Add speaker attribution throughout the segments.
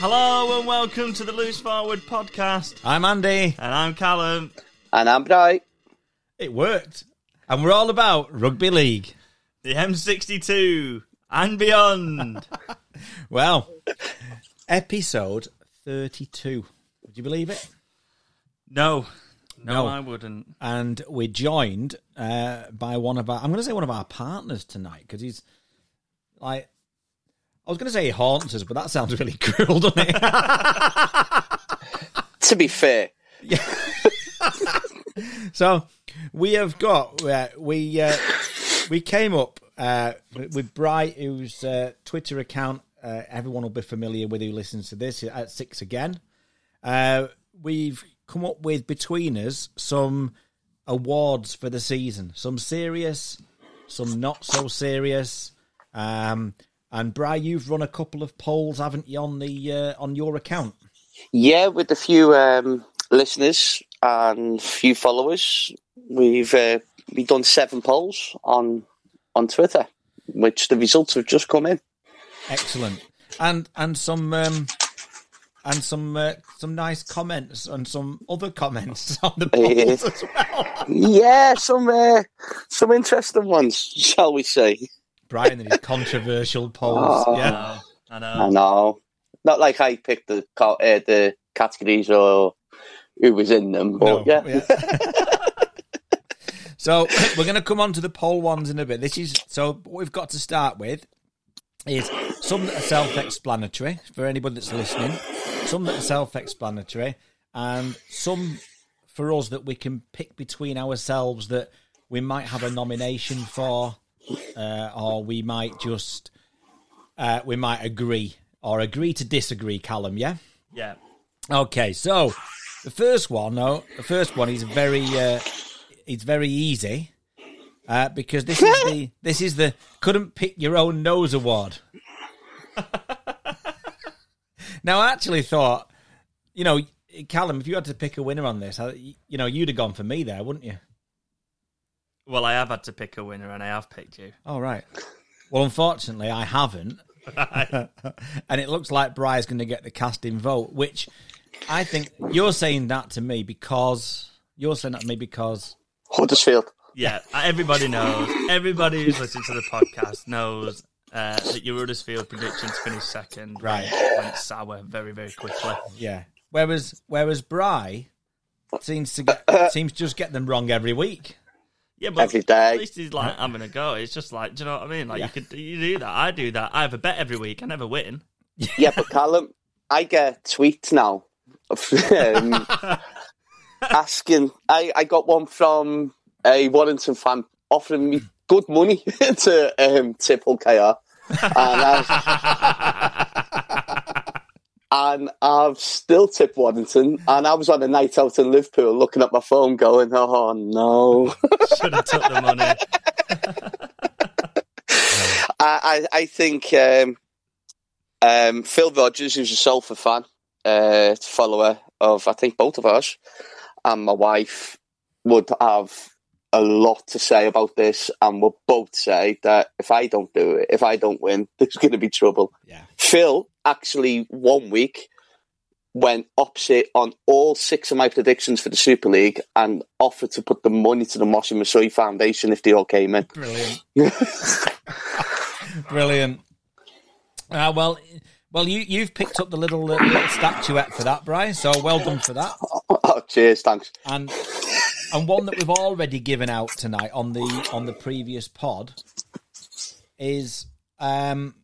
Speaker 1: Hello and welcome to the Loose Forward podcast.
Speaker 2: I'm Andy.
Speaker 1: And I'm Callum.
Speaker 3: And I'm Bright.
Speaker 2: It worked. And we're all about rugby league.
Speaker 1: The M62 and beyond.
Speaker 2: Well, episode 32. Would you believe it?
Speaker 1: No, no,
Speaker 2: No.
Speaker 1: I wouldn't.
Speaker 2: And we're joined uh, by one of our, I'm going to say one of our partners tonight because he's like, I was going to say he haunts us, but that sounds really cruel, doesn't it?
Speaker 3: To be fair,
Speaker 2: So we have got uh, we uh, we came up uh, with with Bright, whose uh, Twitter account uh, everyone will be familiar with who listens to this at six again. Uh, we've come up with between us some awards for the season, some serious, some not so serious. Um, and Bright, you've run a couple of polls, haven't you, on the uh, on your account?
Speaker 3: yeah, with a few um, listeners and few followers, we've uh, we done seven polls on on Twitter, which the results have just come in.
Speaker 2: Excellent. And and some um, and some uh, some nice comments and some other comments on the polls as well.
Speaker 3: Yeah, some uh, some interesting ones, shall we say?
Speaker 2: Brian and his controversial polls.
Speaker 3: Oh.
Speaker 2: Yeah.
Speaker 1: No, I
Speaker 3: I
Speaker 1: know.
Speaker 3: know, not like I picked the co- uh, the categories or who was in them,
Speaker 2: No,
Speaker 3: but yeah,
Speaker 2: yeah. so we're going to come on to the poll ones in a bit. This is so what we've got to start with is some that are self-explanatory for anybody that's listening. Some that are self-explanatory, and some for us that we can pick between ourselves that we might have a nomination for, uh, or we might just uh, we might agree or agree to disagree. Callum, yeah.
Speaker 1: Yeah.
Speaker 2: Okay, so the first one, no, the first one is very, uh, it's very easy uh, because this is the this is the couldn't pick your own nose award. now, I actually thought, you know, Callum, if you had to pick a winner on this, I, you know, you'd have gone for me there, wouldn't you?
Speaker 1: Well, I have had to pick a winner and I have picked you.
Speaker 2: All right. Well, unfortunately, I haven't. and it looks like Brian's going to get the casting vote, which I think you're saying that to me because you're saying that to me because
Speaker 3: Huddersfield.
Speaker 1: Yeah, uh, everybody knows. Everybody who's listened to the podcast knows uh, that your Huddersfield predictions finished second.
Speaker 2: Right.
Speaker 1: Went sour very, very quickly.
Speaker 2: yeah. Whereas whereas Bri seems to get seems to just get them wrong every week.
Speaker 1: Yeah, but
Speaker 3: Every day.
Speaker 1: at least he's like having a go. It's just like, do you know what I mean? Like you could, you do that. I do that. I have a bet every week. I never win.
Speaker 3: Yeah, but Callum, I get tweets now um, asking. I, I got one from a Warrington fan offering me good money to um, tip OKR. And I've, and I've still tipped Warrington. And I was on a night out in Liverpool looking at my phone going, oh no.
Speaker 1: Should have took the money.
Speaker 3: I, I, I think um, um, Phil Rogers, who's a Salford fan, uh, follower of I think both of us, and my wife would have a lot to say about this, and would both say that if I don't do it, if I don't win, there's going to be trouble.
Speaker 2: Yeah.
Speaker 3: Phil actually one week went opposite on all six of my predictions for the Super League and offered to put the money to the Mossy Masoi Foundation if they all came in.
Speaker 2: Brilliant. Brilliant. Uh, well well you you've picked up the little, uh, little statuette for that, Bri, so well done for that.
Speaker 3: Oh, cheers, thanks.
Speaker 2: and and one that we've already given out tonight on the on the previous pod is um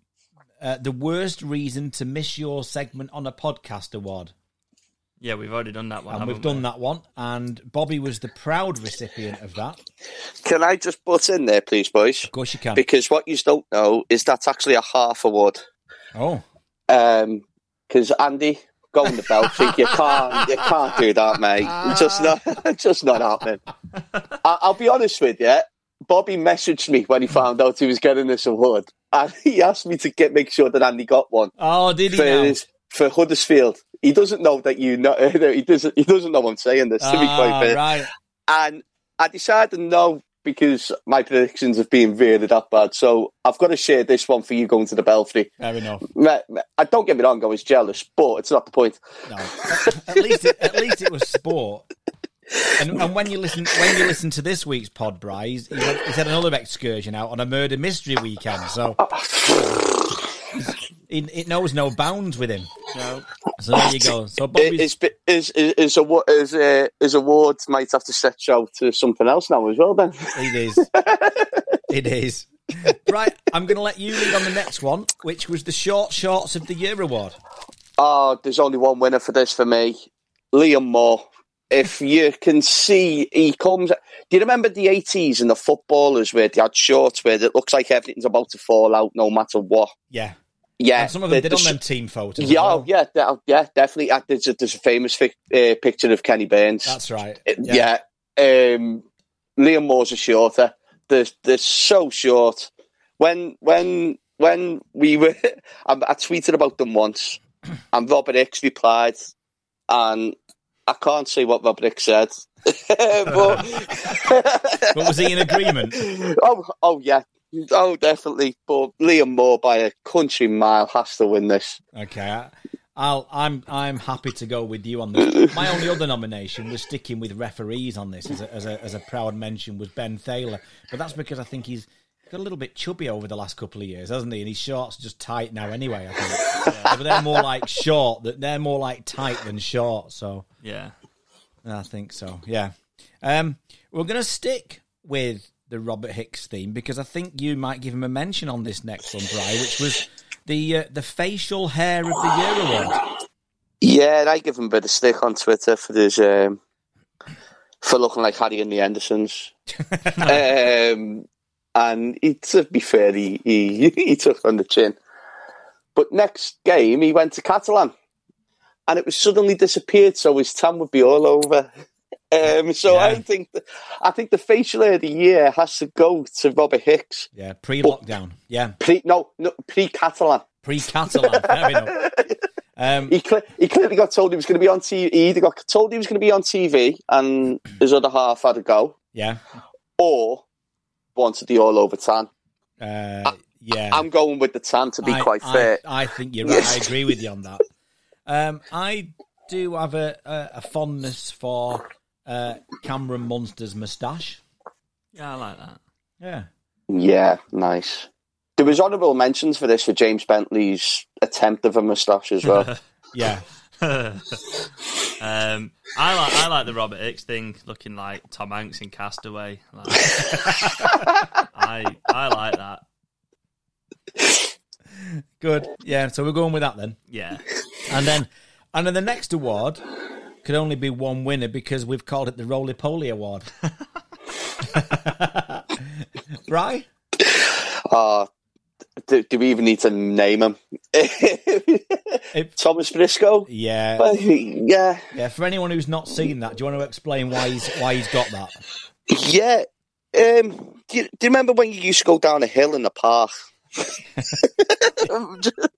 Speaker 2: uh, the worst reason to miss your segment on a podcast award
Speaker 1: Yeah, we've already done that one.
Speaker 2: and we've
Speaker 1: haven't we?
Speaker 2: done that one and bobby was the proud recipient of that of
Speaker 3: Can I just butt in there, please, boys?
Speaker 2: course you can
Speaker 3: Because what you don't know is that's actually a half award.
Speaker 2: oh
Speaker 3: Because Andy, go on the Belfry, you can't, you can't do that, mate. It's Just not, it's just not happening. I, I'll be honest with you. Bobby messaged me when he found out he was getting this award, and he asked me to get make sure that Andy got one
Speaker 2: Oh, did he
Speaker 3: for
Speaker 2: now?
Speaker 3: his, for Huddersfield. He doesn't know that you know. He doesn't. He doesn't know I'm saying this. To be quite
Speaker 2: Ah,
Speaker 3: fair,
Speaker 2: right.
Speaker 3: and I decided no because my predictions have been really that bad. So I've got to share this one for you going to the Belfry.
Speaker 2: Fair enough.
Speaker 3: Me- me- I don't get me wrong, I was jealous, but it's not the point.
Speaker 2: No, at, at least it, at least it was sport. And, and when you listen when you listen to this week's pod, Bry, he's, he's, had, he's had another excursion out on a murder mystery weekend, so he- it knows no bounds with him.
Speaker 1: No.
Speaker 2: So there you go. So Bobby's
Speaker 3: His, his, his, his, award, his, uh, his awards might have to stretch out to something else now as well, then.
Speaker 2: It is. it is. Right, I'm going to let you lead on the next one, which was the Short Shorts of the Year award.
Speaker 3: Oh, there's only one winner for this for me Liam Moore. If you can see, he comes. Do you remember the 80s and the footballers where they had shorts where it looks like everything's about to fall out no matter what?
Speaker 2: Yeah,
Speaker 3: Yeah.
Speaker 2: and some of them
Speaker 3: the-
Speaker 2: did
Speaker 3: the
Speaker 2: on
Speaker 3: sh-
Speaker 2: them team photos. as
Speaker 3: Yeah, oh,
Speaker 2: well.
Speaker 3: yeah, de- yeah, definitely. Uh, There's a, there's a famous fic, uh, picture of Kenny Burns. Uh,
Speaker 2: that's right.
Speaker 3: yeah. Um, Liam Moore's a shorter. They're, they're so short. When when when we were, I, I tweeted about them once, and Robert Hicks replied, and I can't say what Robert Hicks said. but,
Speaker 2: But was he in agreement?
Speaker 3: oh oh yeah. Oh, definitely. But Liam Moore by a country mile has to win this.
Speaker 2: Okay, I- I'll, I'm I'm happy to go with you on this. My only other nomination was sticking with referees on this as a, as a, as a proud mention was Ben Thaler, but that's because I think he's got a little bit chubby over the last couple of years, hasn't he? And his shorts are just tight now anyway. I think, Yeah, but they're more like short. That they're more like tight than short. So
Speaker 1: Yeah.
Speaker 2: I think so. Yeah. Um, we're going to stick with the Robert Hicks theme because I think you might give him a mention on this next one, Bry, which was the uh, the facial hair of the year award.
Speaker 3: Yeah, and I give him a bit of stick on Twitter for his um, for looking like Harry and the Andersons. um, and he, to be fair, he, he he took on the chin. But next game, he went to Catalan, and it was suddenly disappeared, so his tan would be all over. Um, so I
Speaker 2: Yeah.
Speaker 3: think th- I think the facial hair of the year has to go to Robert Hicks.
Speaker 2: Yeah, pre lockdown. Yeah,
Speaker 3: Pre no, no pre Catalan.
Speaker 2: pre Catalan. Fair enough. Um,
Speaker 3: he, cle he clearly got told he was going to be on TV. He either got told he was going to be on TV and his other half had a go,
Speaker 2: yeah,
Speaker 3: or wanted the all over tan.
Speaker 2: uh, yeah.
Speaker 3: I'm going with the tan to be
Speaker 2: I-
Speaker 3: quite
Speaker 2: I,
Speaker 3: fair.
Speaker 2: I think you're right. I agree with you on that. Um, I do have a, a, a fondness for uh, Cameron Munster's moustache.
Speaker 1: Yeah, I like that.
Speaker 2: Yeah.
Speaker 3: yeah, nice. There was honourable mentions for this for James Bentley's attempt of a moustache as well.
Speaker 2: Yeah.
Speaker 1: Um, I like I like the Robert Hicks thing, looking like Tom Hanks in Castaway. Like, I I like that.
Speaker 2: Good. Yeah. So we're going with that then.
Speaker 1: Yeah,
Speaker 2: And then, and then the next award could only be one winner because we've called it the Roly Poly Award. right?
Speaker 3: Ah, do, do we even need to name him? Thomas Briscoe.
Speaker 2: Yeah.
Speaker 3: Well, yeah,
Speaker 2: Yeah. For anyone who's not seen that, do you want to explain why he's why he's got that?
Speaker 3: yeah. Um, do, you, do you remember when you used to go down a hill in the park? that,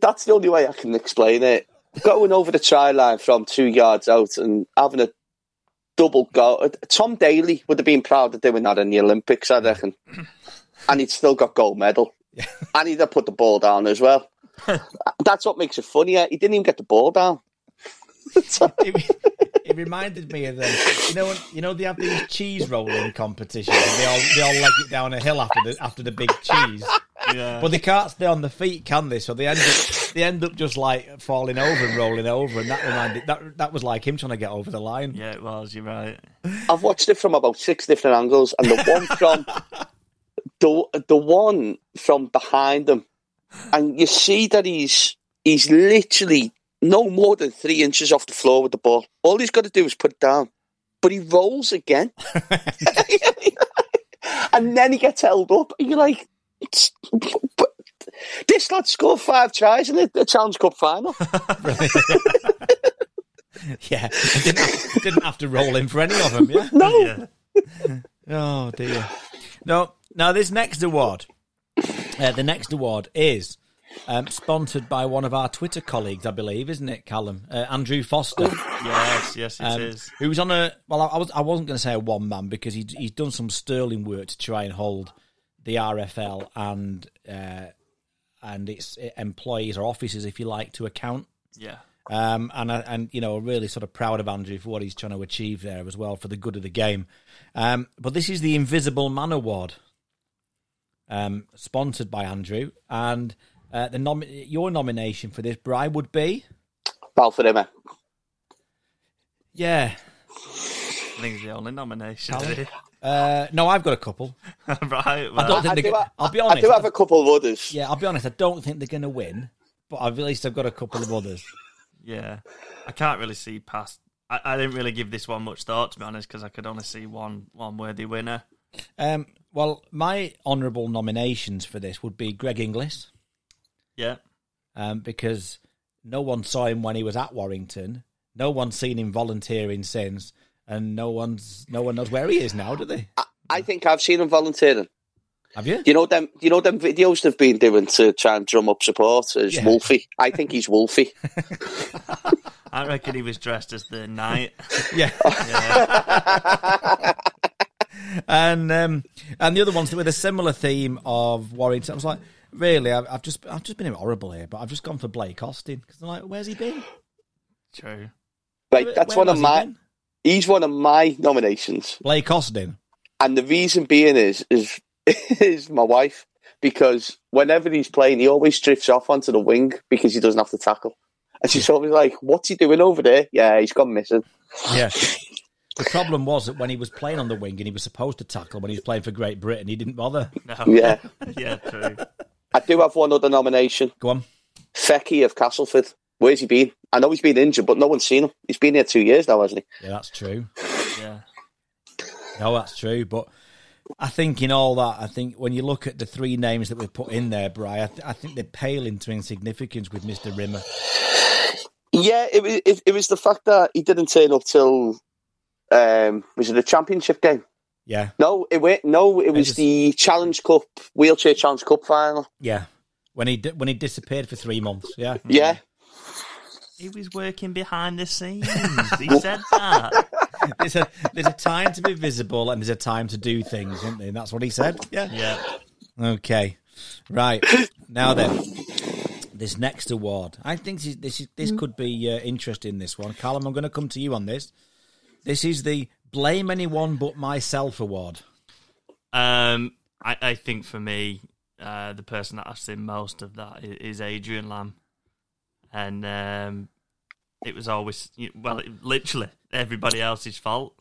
Speaker 3: that's the only way I can explain it. Going over the try line from two yards out and having a double goal. Tom Daly would have been proud of doing that in the Olympics, I reckon. And he'd still got gold medal. And he'd have put the ball down as well. That's what makes it funnier. He didn't even get the ball down.
Speaker 2: It, it reminded me of them. You know, when- you know they have these cheese rolling competitions. And they all they all leg it down a hill after the after the big cheese.
Speaker 1: yeah.
Speaker 2: But they can't stay on the feet, can they? So they end up they end up just like falling over and rolling over, and that reminded that that was like him trying to get over the line.
Speaker 1: yeah, it was. You're right.
Speaker 3: I've watched it from about six different angles, and the one from the the one from behind them, and you see that he's he's literally no more than three inches off the floor with the ball. All he's got to do is put it down, but he rolls again, and then he gets held up, and you're like. "It's- but This lad scored five tries in the, the Challenge Cup final.
Speaker 2: Yeah, didn't have, didn't have to roll in for any of them. Yeah,
Speaker 3: No,
Speaker 1: Yeah,
Speaker 2: Oh dear. No, now this next award, uh, the next award is um, sponsored by one of our Twitter colleagues, I believe, isn't it, Callum? Uh, Andrew Foster,
Speaker 1: Yes, yes, it is.
Speaker 2: um, who's on a well, I, I was I wasn't going to say a one man because he he's done some sterling work to try and hold the RFL and uh, and its employees or officers, if you like, to account
Speaker 1: Yeah.
Speaker 2: um, and I- and you know, really sort of proud of Andrew for what he's trying to achieve there as well for the good of the game. Um, but this is the Invisible Man Award, um, sponsored by Andrew, and uh, the nom- your nomination for this, Bry, would be
Speaker 3: Balfour Emma.
Speaker 2: yeah.
Speaker 1: I think it's the only nomination.
Speaker 2: Alan? Uh, no, I've got a couple.
Speaker 1: right.
Speaker 2: I
Speaker 1: Well,
Speaker 2: don't think
Speaker 3: Uh, I
Speaker 2: they
Speaker 3: do
Speaker 2: go-
Speaker 3: have-
Speaker 2: I'll be
Speaker 3: I
Speaker 2: honest.
Speaker 3: do have a couple of others.
Speaker 2: yeah, I'll be honest. I don't think they're going to win, but I've, at least I've got a couple of others.
Speaker 1: yeah. I can't really see past. I, I didn't really give this one much thought, to be honest, because I could only see one one worthy winner.
Speaker 2: Um, well, my honourable nominations for this would be Greg Inglis.
Speaker 1: Yeah.
Speaker 2: um, because no one saw him when he was at Warrington. No one's seen him volunteering since, and no one's no one knows where he is now, do they?
Speaker 3: I think I've seen them volunteering.
Speaker 2: Have you?
Speaker 3: You know them. You know them videos they've been doing to try and drum up support as
Speaker 2: Yeah.
Speaker 3: Wolfie. I think he's Wolfie.
Speaker 1: I reckon he was dressed as the knight.
Speaker 2: Yeah. and um, and the other ones with a similar theme of Warrington. I was like, really? I've, I've just I've just been horrible here, but I've just gone for Blake Austin because I'm like, where's he been?
Speaker 1: True.
Speaker 3: Right,
Speaker 2: Where-
Speaker 3: that's
Speaker 2: where
Speaker 3: one of
Speaker 2: has he
Speaker 3: my.
Speaker 2: been?
Speaker 3: He's one of my nominations,
Speaker 2: Blake Austin.
Speaker 3: and the reason being is is is my wife because whenever he's playing, he always drifts off onto the wing because he doesn't have to tackle. And she's always like, "What's he doing over there?" Yeah, he's gone missing.
Speaker 2: Yeah. The problem was that when he was playing on the wing and he was supposed to tackle when he was playing for Great Britain, he didn't bother.
Speaker 1: No.
Speaker 3: Yeah,
Speaker 1: Yeah, true.
Speaker 3: I do have one other nomination.
Speaker 2: Go on.
Speaker 3: Fecky of Castleford. Where's he been? I know he's been injured, but no one's seen him. He's been here two years now, hasn't he?
Speaker 2: Yeah, that's true.
Speaker 1: Yeah.
Speaker 2: No, that's true. But I think in all that, I think when you look at the three names that we've put in there, Bry, I, th- I think they pale into insignificance with Mr. Rimmer.
Speaker 3: Yeah, it was. It, it was the fact that he didn't turn up till um, was it the championship game?
Speaker 2: Yeah,
Speaker 3: No, it went. No, it was
Speaker 2: just-
Speaker 3: the Challenge Cup, wheelchair Challenge Cup final.
Speaker 2: yeah. When he di- when he disappeared for three months, yeah,
Speaker 3: Yeah,
Speaker 1: He was working behind the scenes. He said that.
Speaker 2: there's a there's a time to be visible and there's a time to do things, isn't there? And that's what he said. Yeah.
Speaker 1: Yeah.
Speaker 2: Okay. Right now then, this next award, I think this is, this, is, this could be uh, interesting. This one, Callum, I'm going to come to you on this. This is the blame anyone but myself award.
Speaker 1: Um, I, I think for me, uh, the person that I've seen most of that i- is Adrian Lamb, and um, it was always you- well, it, literally everybody else's fault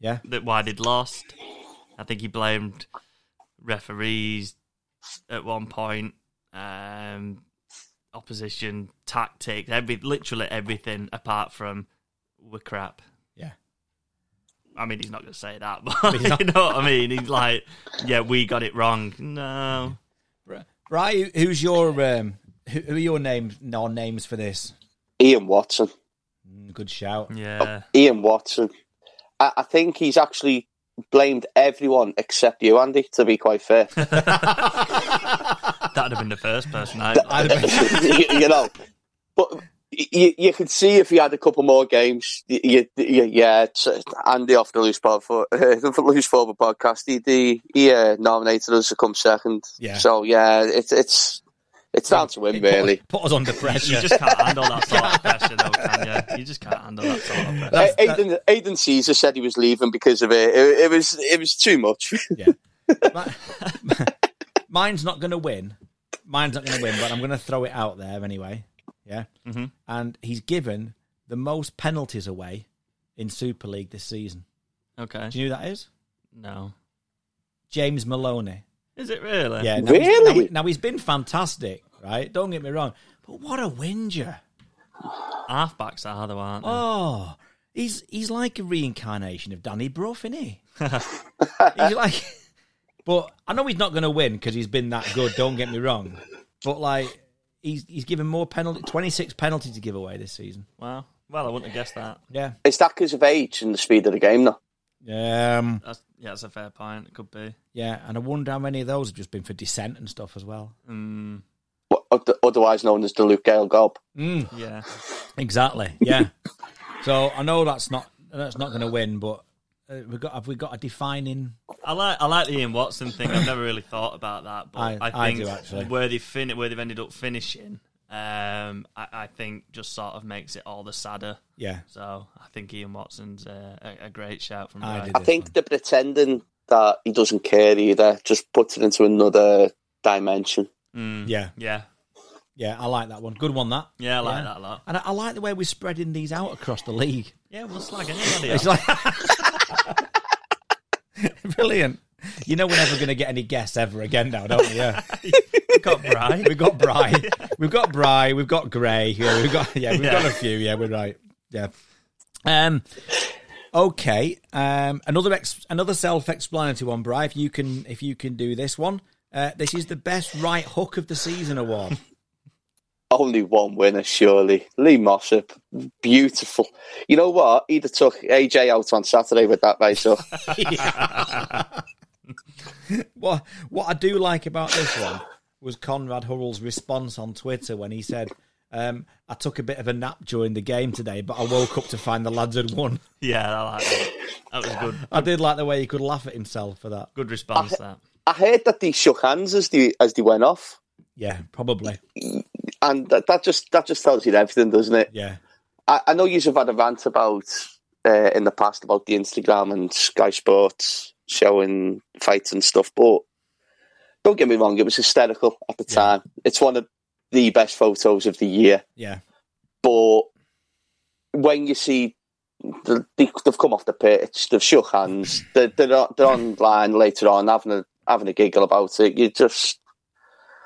Speaker 2: Yeah.
Speaker 1: that why they'd lost. I think he blamed referees at one point, um, opposition tactics, every literally everything apart from we're crap.
Speaker 2: Yeah.
Speaker 1: I mean, he's not going to say that,
Speaker 2: He's
Speaker 1: but
Speaker 2: not.
Speaker 1: you know what I mean. He's like, "Yeah, we got it wrong." No,
Speaker 2: Right, who's your um, who, who are your names? No names for this.
Speaker 3: Ian Watson.
Speaker 2: Mm, Good shout.
Speaker 1: yeah,
Speaker 3: Ian Watson. I, I think he's actually blamed everyone except you, Andy. To be quite fair,
Speaker 1: that'd have been the first person. I
Speaker 2: I'd have been-
Speaker 3: you, you know, but. You, you could see if he had a couple more games. y you, you, yeah, it's, uh, Andy off the loose pod for the loose forward podcast. He he, he uh, nominated us to come second.
Speaker 2: Yeah.
Speaker 3: So yeah, it's it's it's down to him really.
Speaker 2: Put, put us under pressure.
Speaker 1: you just can't handle that sort of pressure, though, can you? You just can't handle that sort of pressure.
Speaker 2: That's- that-
Speaker 3: Aiden, Aiden Caesar said he was leaving because of it. It, it was it was too much.
Speaker 2: yeah. My- mine's not going to win. Mine's not going to win, but I'm going to throw it out there anyway. Yeah.
Speaker 1: Mhm.
Speaker 2: And he's given the most penalties away in Super League this season.
Speaker 1: Okay,
Speaker 2: Do you know who that is?
Speaker 1: no,
Speaker 2: James Maloney.
Speaker 1: is it really?
Speaker 2: Yeah. now he's- now
Speaker 3: Really?
Speaker 2: he- now he's been fantastic, right? Don't get me wrong. But what a whinger.
Speaker 1: halfbacks are though, aren't they?
Speaker 2: Oh, he's he's like a reincarnation of Danny Bruff, isn't he? he's like, but I know he's not going to win because he's been that good. Don't get me wrong, but like he's he's given more penalty, twenty six penalties to give away this season.
Speaker 1: Wow. Well, I wouldn't have guessed that.
Speaker 2: Yeah,
Speaker 3: Is that because of age and the speed of the game? Though
Speaker 2: Um,
Speaker 1: That's, yeah, that's a fair point. It could be.
Speaker 2: yeah, and I wonder how many of those have just been for dissent and stuff as well.
Speaker 1: Mm,
Speaker 3: What- oth- Otherwise known as the Luke Gale gob.
Speaker 2: Mm.
Speaker 1: yeah.
Speaker 2: Exactly. Yeah. so I know that's not that's not going to win, but uh, we got have we got a defining?
Speaker 1: I like I like the Ian Watson thing. I've never really thought about that, but
Speaker 2: I-
Speaker 1: I,
Speaker 2: I
Speaker 1: think
Speaker 2: do, actually.
Speaker 1: where they fin- where they've ended up finishing, um, I, I think just sort of makes it all the sadder.
Speaker 2: Yeah.
Speaker 1: So I think Ian Watson's uh, a, a great shout from
Speaker 2: I
Speaker 1: Brian.
Speaker 2: did.
Speaker 3: I think the pretending that he doesn't care either just puts it into another dimension.
Speaker 1: Mm,
Speaker 2: Yeah.
Speaker 1: yeah,
Speaker 2: Yeah. I like that one. Good one. That.
Speaker 1: yeah. I like
Speaker 2: Yeah.
Speaker 1: that a lot.
Speaker 2: And I, I like the way we're spreading these out across the league.
Speaker 1: Yeah, we'll slag anybody.
Speaker 2: It's
Speaker 1: off.
Speaker 2: like brilliant. You know we're never going to get any guests ever again now, don't we? Yeah.
Speaker 1: We've got Brian.
Speaker 2: We've got Bry. We've got Bry. We've got Gray. Yeah, we've got yeah, we've
Speaker 1: Yeah.
Speaker 2: got a few. Yeah, we're right. Yeah. Um. Okay. Um. Another ex- another self-explanatory one, Bry. If you can, if you can do this one, uh, this is the best right hook of the season award.
Speaker 3: Only one winner, surely. Lee Mossop. Beautiful. You know what? He'd have took AJ out on Saturday with that right up.
Speaker 2: What what I do like about this one was Conrad Hurrell's response on Twitter when he said, um, "I took a bit of a nap during the game today, but I woke up to find the lads had won."
Speaker 1: Yeah, I like that. That was good.
Speaker 2: I did like the way he could laugh at himself for that.
Speaker 1: Good response. That.
Speaker 3: I heard that they shook hands as they as they went off,
Speaker 2: Yeah, probably.
Speaker 3: and that, that just that just tells you everything, doesn't it?
Speaker 2: Yeah,
Speaker 3: I, I know you've had a rant about uh, in the past about the Instagram and Sky Sports showing fights and stuff, but don't get me wrong, it was hysterical at the time. It's one of the best photos of the year,
Speaker 2: yeah,
Speaker 3: but when you see the, they, they've come off the pitch, they've shook hands, they're they're, on- they're online later on having a having a giggle about it. You just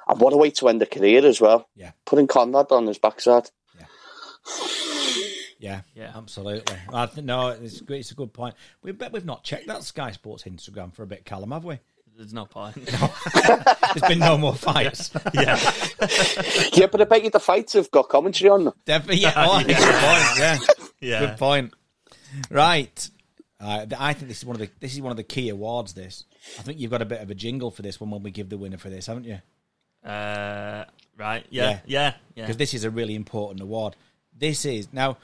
Speaker 3: and what a way to end a career as well.
Speaker 2: Yeah.
Speaker 3: putting Conrad on his backside.
Speaker 2: yeah,
Speaker 1: Yeah.
Speaker 2: Absolutely. I th- no, it's good. It's a good point. We bet we've not checked that Sky Sports Instagram for a bit, Callum, have we?
Speaker 1: There's no point.
Speaker 2: There's been no more fights.
Speaker 1: yeah,
Speaker 3: Yeah, but I bet you the fights have got commentary on them.
Speaker 2: Definitely. Yeah. Oh, Good point. Yeah.
Speaker 1: yeah.
Speaker 2: Good point. Right. Uh, th- I think this is one of the this is one of the key awards. This. I think you've got a bit of a jingle for this one when we give the winner for this, haven't you?
Speaker 1: Uh, right. Yeah. Yeah. Yeah.
Speaker 2: because this is a really important award. This is now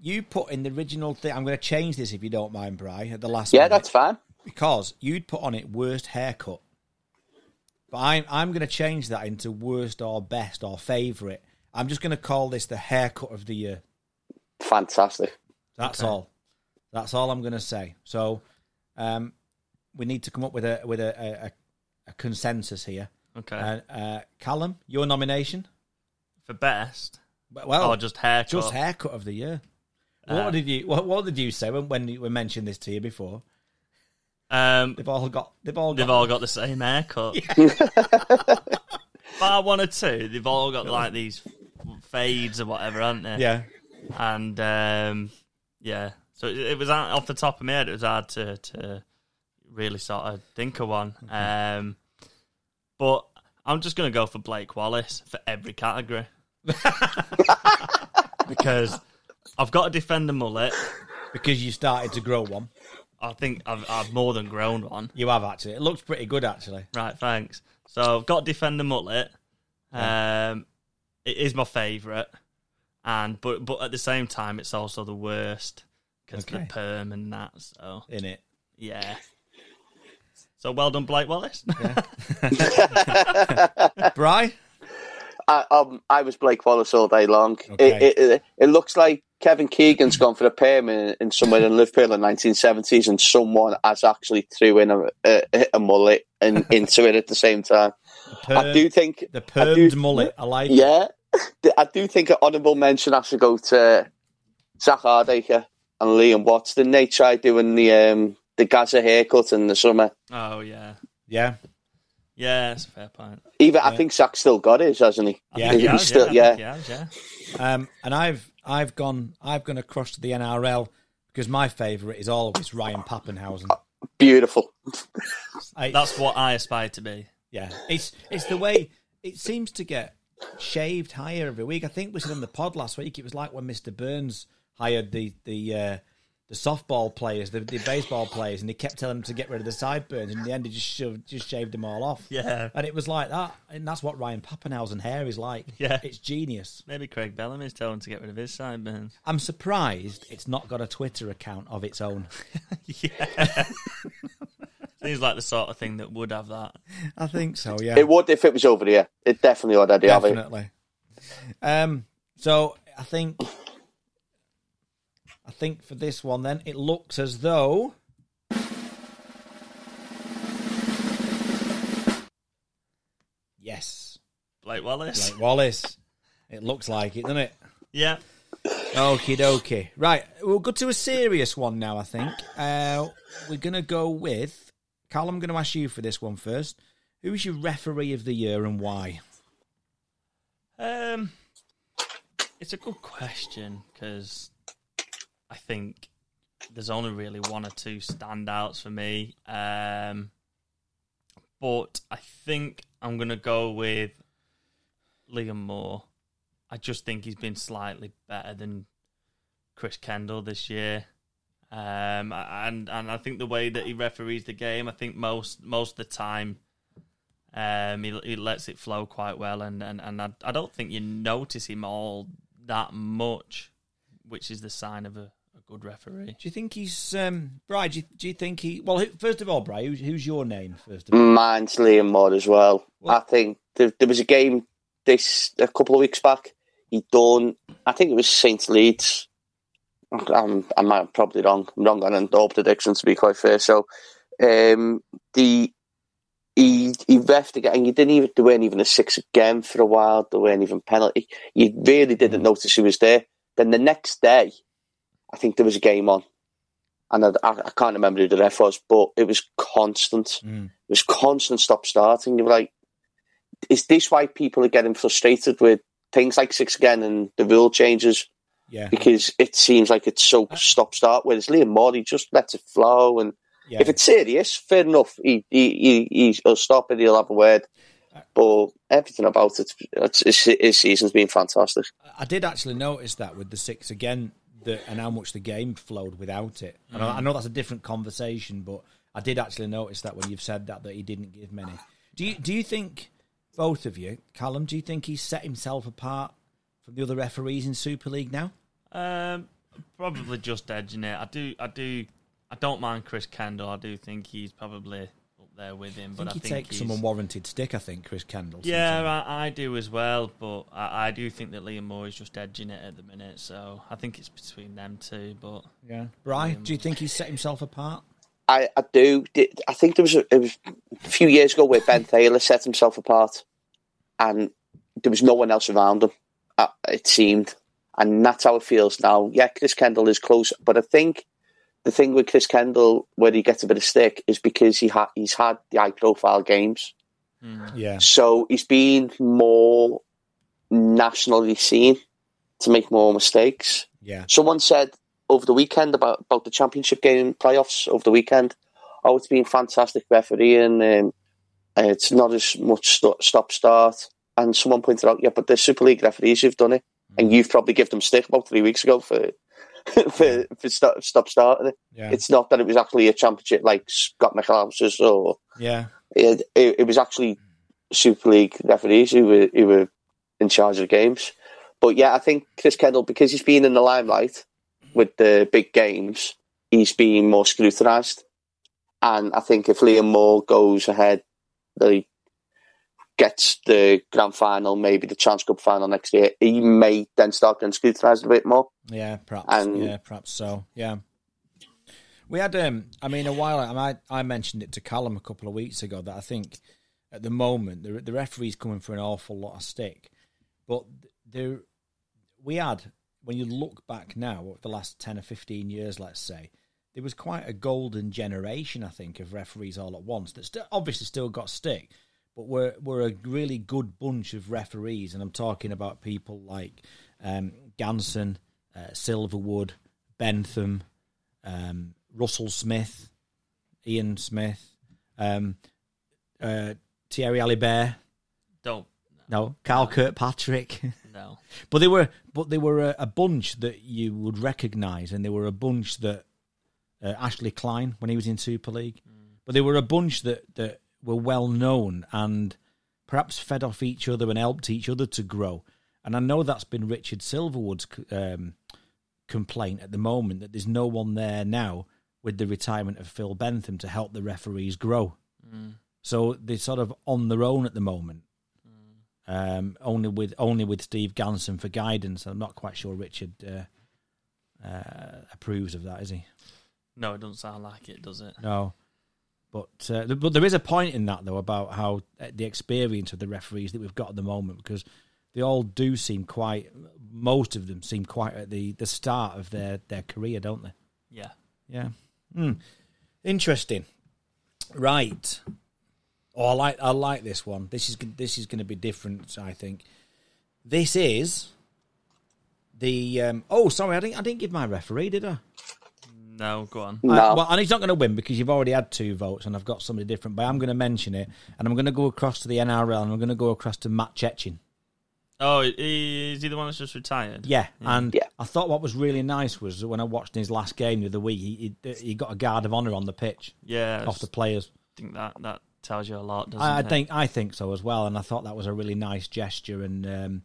Speaker 2: you put in the original thing. I'm going to change this if you don't mind, Bry, at the last.
Speaker 3: Yeah,
Speaker 2: minute,
Speaker 3: that's fine.
Speaker 2: because you'd put on it worst haircut. But I'm I'm going to change that into worst or best or favorite. I'm just going to call this the haircut of the year.
Speaker 3: Fantastic.
Speaker 2: That's all. That's all I'm going to say. So, um, we need to come up with a with a a, a- a consensus here.
Speaker 1: Okay.
Speaker 2: And uh, Callum, your nomination?
Speaker 1: For best
Speaker 2: Well,
Speaker 1: or Oh, just haircut?
Speaker 2: Oh, Just haircut of the year. What
Speaker 1: Uh,
Speaker 2: did you what, what did you say when when you- we mentioned this to you before?
Speaker 1: um,
Speaker 2: They've all got they've all got
Speaker 1: They've all got the same haircut. Bar one or two, they've all got like these fades or whatever, aren't they?
Speaker 2: yeah
Speaker 1: And um, yeah, so it, it was hard- off the top of my head. It was hard to to really sort of think of one.
Speaker 2: Mm-hmm.
Speaker 1: Um, but I'm just gonna go for Blake Wallace for every category because I've got to defend the mullet.
Speaker 2: because you started to grow one.
Speaker 1: I think I've, I've more than grown one.
Speaker 2: You have actually. It looks pretty good actually.
Speaker 1: Right, thanks. So I've got Defender Mullet. Um, it is my favourite, and but but at the same time, it's also the worst because
Speaker 2: Okay.
Speaker 1: the perm and that. So
Speaker 2: In it.
Speaker 1: yeah. So well done, Blake Wallace.
Speaker 2: Bry?
Speaker 3: I, um, I was Blake Wallace all day long.
Speaker 2: Okay.
Speaker 3: It, it, it, it looks like Kevin Keegan's gone for a perm in, in somewhere in Liverpool in the 1970s, and someone has actually threw in a, a, a mullet and into it at the same time. I
Speaker 2: Perm,
Speaker 3: do think,
Speaker 2: the
Speaker 3: I do-
Speaker 2: permed mullet. I like it.
Speaker 3: yeah, I do think an honourable mention has to go to Zach Hardacre and Liam Watts. Didn't they try doing the um, the Gaza haircut in the summer?
Speaker 1: oh yeah,
Speaker 2: Yeah.
Speaker 1: yeah, that's a fair point.
Speaker 3: Even I think Zach's still got his, hasn't he?
Speaker 2: Yeah.
Speaker 1: He
Speaker 3: He's
Speaker 1: has,
Speaker 3: still,
Speaker 1: yeah, I
Speaker 3: yeah.
Speaker 1: think he has, yeah.
Speaker 2: Um, and I've I've gone I've gone across to the NRL because my favourite is always Ryan Pappenhausen.
Speaker 3: Beautiful.
Speaker 2: I-
Speaker 1: That's what I aspire to be.
Speaker 2: Yeah, it's it's the way it seems to get shaved higher every week. I think we said on the pod last week it was like when Mister Burns hired the the uh, the softball players, the, the baseball players, and they kept telling them to get rid of the sideburns. And in the end, he just shoved, just shaved them all off.
Speaker 1: Yeah.
Speaker 2: And it was like that, and that's what Ryan Pappenhausen hair is like.
Speaker 1: Yeah.
Speaker 2: it's genius.
Speaker 1: Maybe Craig Bellamy's telling him to get rid of his sideburns.
Speaker 2: I'm surprised it's not got a Twitter account of its own.
Speaker 1: Yeah. Seems like the sort of thing that would have that.
Speaker 2: I think so. Yeah,
Speaker 3: It would if it was over here. It definitely would, Eddie. Have it.
Speaker 2: definitely. Um, so I think, I think for this one, then it looks as though yes,
Speaker 1: Blake Wallace.
Speaker 2: Blake Wallace. It looks like it, doesn't it?
Speaker 1: Yeah.
Speaker 2: Okie dokie. Right, we'll go to a serious one now, I think. Uh, we're going to go with. Carl, I'm going to ask you for this one first. Who's your referee of the year and why?
Speaker 1: Um, it's a good question because I think there's only really one or two standouts for me. Um, but I think I'm gonna go with Liam Moore. I just think he's been slightly better than Chris Kendall this year. Um, and and I think the way that he referees the game, I think most most of the time um, he, he lets it flow quite well, and and, and I, I don't think you notice him all that much, which is the sign of a, a good referee.
Speaker 2: Do you think he's. Um, Bri, do you, do you think he. Well, who, first of all, Bri, who's, who's your name, first of all?
Speaker 3: Mine's Liam Moore as well.
Speaker 2: Well-
Speaker 3: I think there, there was a game this a couple of weeks back. He done. I think it was Saint Leeds. I'm, I might probably wrong. I'm wrong on all predictions to be quite fair. So, um, the he he refed again, and you didn't even there weren't even a six again for a while. There weren't even penalty. You really didn't notice he was there. Then the next day, I think there was a game on, and I, I, I can't remember who the ref was, but it was constant.
Speaker 2: Mm.
Speaker 3: It was constant stop starting. You were like, is this why people are getting frustrated with things like six again and the rule changes?
Speaker 2: Yeah.
Speaker 3: Because it seems like it's so stop start. Whereas Liam Moore, he just lets it flow and
Speaker 2: yeah.
Speaker 3: if it's serious, fair enough. He he he he'll stop and he'll have a word. But everything about it, it's, his, his season's been fantastic.
Speaker 2: I did actually notice that with the six again, that, and how much the game flowed without it. I, know, I know that's a different conversation, but I did actually notice that when you've said that that he didn't give many. Do you do you think both of you, Callum? Do you think he's set himself apart from the other referees in Super League now?
Speaker 1: Um, probably just edging it. I do, I do, I don't mind Chris Kendall. I do think he's probably up there with him,
Speaker 2: I think
Speaker 1: but
Speaker 2: he
Speaker 1: I think
Speaker 2: takes
Speaker 1: he's,
Speaker 2: some unwarranted stick. I think Chris Kendall.
Speaker 1: Yeah,
Speaker 2: sometimes.
Speaker 1: I, I do as well, but I, I do think that Liam Moore is just edging it at the minute. So I think it's between them two. But
Speaker 2: yeah. Right? Do you think he's set himself apart?
Speaker 3: I, I do. I think there was a, it was a few years ago where Ben Taylor set himself apart, and there was no one else around him. uh, It seemed, and that's how it feels now. Yeah, Chris Kendall is close, but I think the thing with Chris Kendall where he gets a bit of stick is because he ha- he's had the high profile games.
Speaker 2: Yeah.
Speaker 3: So he's been more nationally seen to make more mistakes.
Speaker 2: Yeah.
Speaker 3: Someone said over the weekend about, about the championship game playoffs over the weekend, oh, it's been fantastic refereeing. Um, uh, it's not as much st- stop start. And someone pointed out, yeah, but the Super League referees who've done it, and you've probably given them stick about three weeks ago for for, for stop, stop starting it.
Speaker 2: Yeah.
Speaker 3: It's not that it was actually a championship like Scott McAllister's or
Speaker 2: yeah.
Speaker 3: it, it, it was actually Super League referees who were who were in charge of the games. But yeah, I think Chris Kendall because he's been in the limelight with the big games, he's been more scrutinised. And I think if Liam Moore goes ahead, they gets the grand final, maybe the Chance Cup final next year, he may then start getting scrutinised a bit more.
Speaker 2: Yeah, perhaps.
Speaker 3: And-
Speaker 2: yeah, perhaps so. Yeah. We had, um, I mean, a while. I, I mentioned it to Callum a couple of weeks ago that I think at the moment the the referee's coming for an awful lot of stick, but there we had when you look back now over the last ten or fifteen years, let's say. There was quite a golden generation, I think, of referees all at once that st- obviously still got stick, but we're we're a really good bunch of referees, and I'm talking about people like um, Ganson, uh, Silverwood, Bentham, um, Russell Smith, Ian Smith, um, uh, Thierry Alibert,
Speaker 1: don't
Speaker 2: no, Carl Kirkpatrick.
Speaker 1: know.
Speaker 2: But they were, but they were a, a bunch that you would recognise, and they were a bunch that uh, Ashley Klein when he was in Super League. But they were a bunch that, that were well known and perhaps fed off each other and helped each other to grow. And I know that's been Richard Silverwood's c- um, complaint at the moment that there's no one there now with the retirement of Phil Bentham to help the referees grow. So they're sort of on their own at the moment. Um, only with only with Steve Ganson for guidance. I'm not quite sure Richard uh, uh, approves of that, is he?
Speaker 1: No, it doesn't sound like it, does it?
Speaker 2: No. But uh, th- but there is a point in that though about how uh, the experience of the referees that we've got at the moment because they all do seem quite most of them seem quite at the, the start of their, their career, don't they?
Speaker 1: Yeah.
Speaker 2: Yeah. Hmm. Interesting. Right. Oh, I like I like this one. This is this is going to be different. I think. This is the um, oh sorry I didn't I didn't give my referee did I?
Speaker 1: No, go on.
Speaker 3: No.
Speaker 2: I- well, and he's not going to win because you've already had two votes, and I've got somebody different. But I'm going to mention it, and I'm going to go across to the NRL, and I'm going to go across to Matt Chechin.
Speaker 1: Oh, i- is he the one that's just retired?
Speaker 2: Yeah, and
Speaker 3: Mm. Yeah.
Speaker 2: I thought what was really nice was that when I watched his last game the other week, he, he, he got a guard of honour on the pitch
Speaker 1: Yeah. I
Speaker 2: off the players.
Speaker 1: think that, that tells you a lot, doesn't
Speaker 2: I, I
Speaker 1: it?
Speaker 2: think I think so as well, and I thought that was a really nice gesture, and um,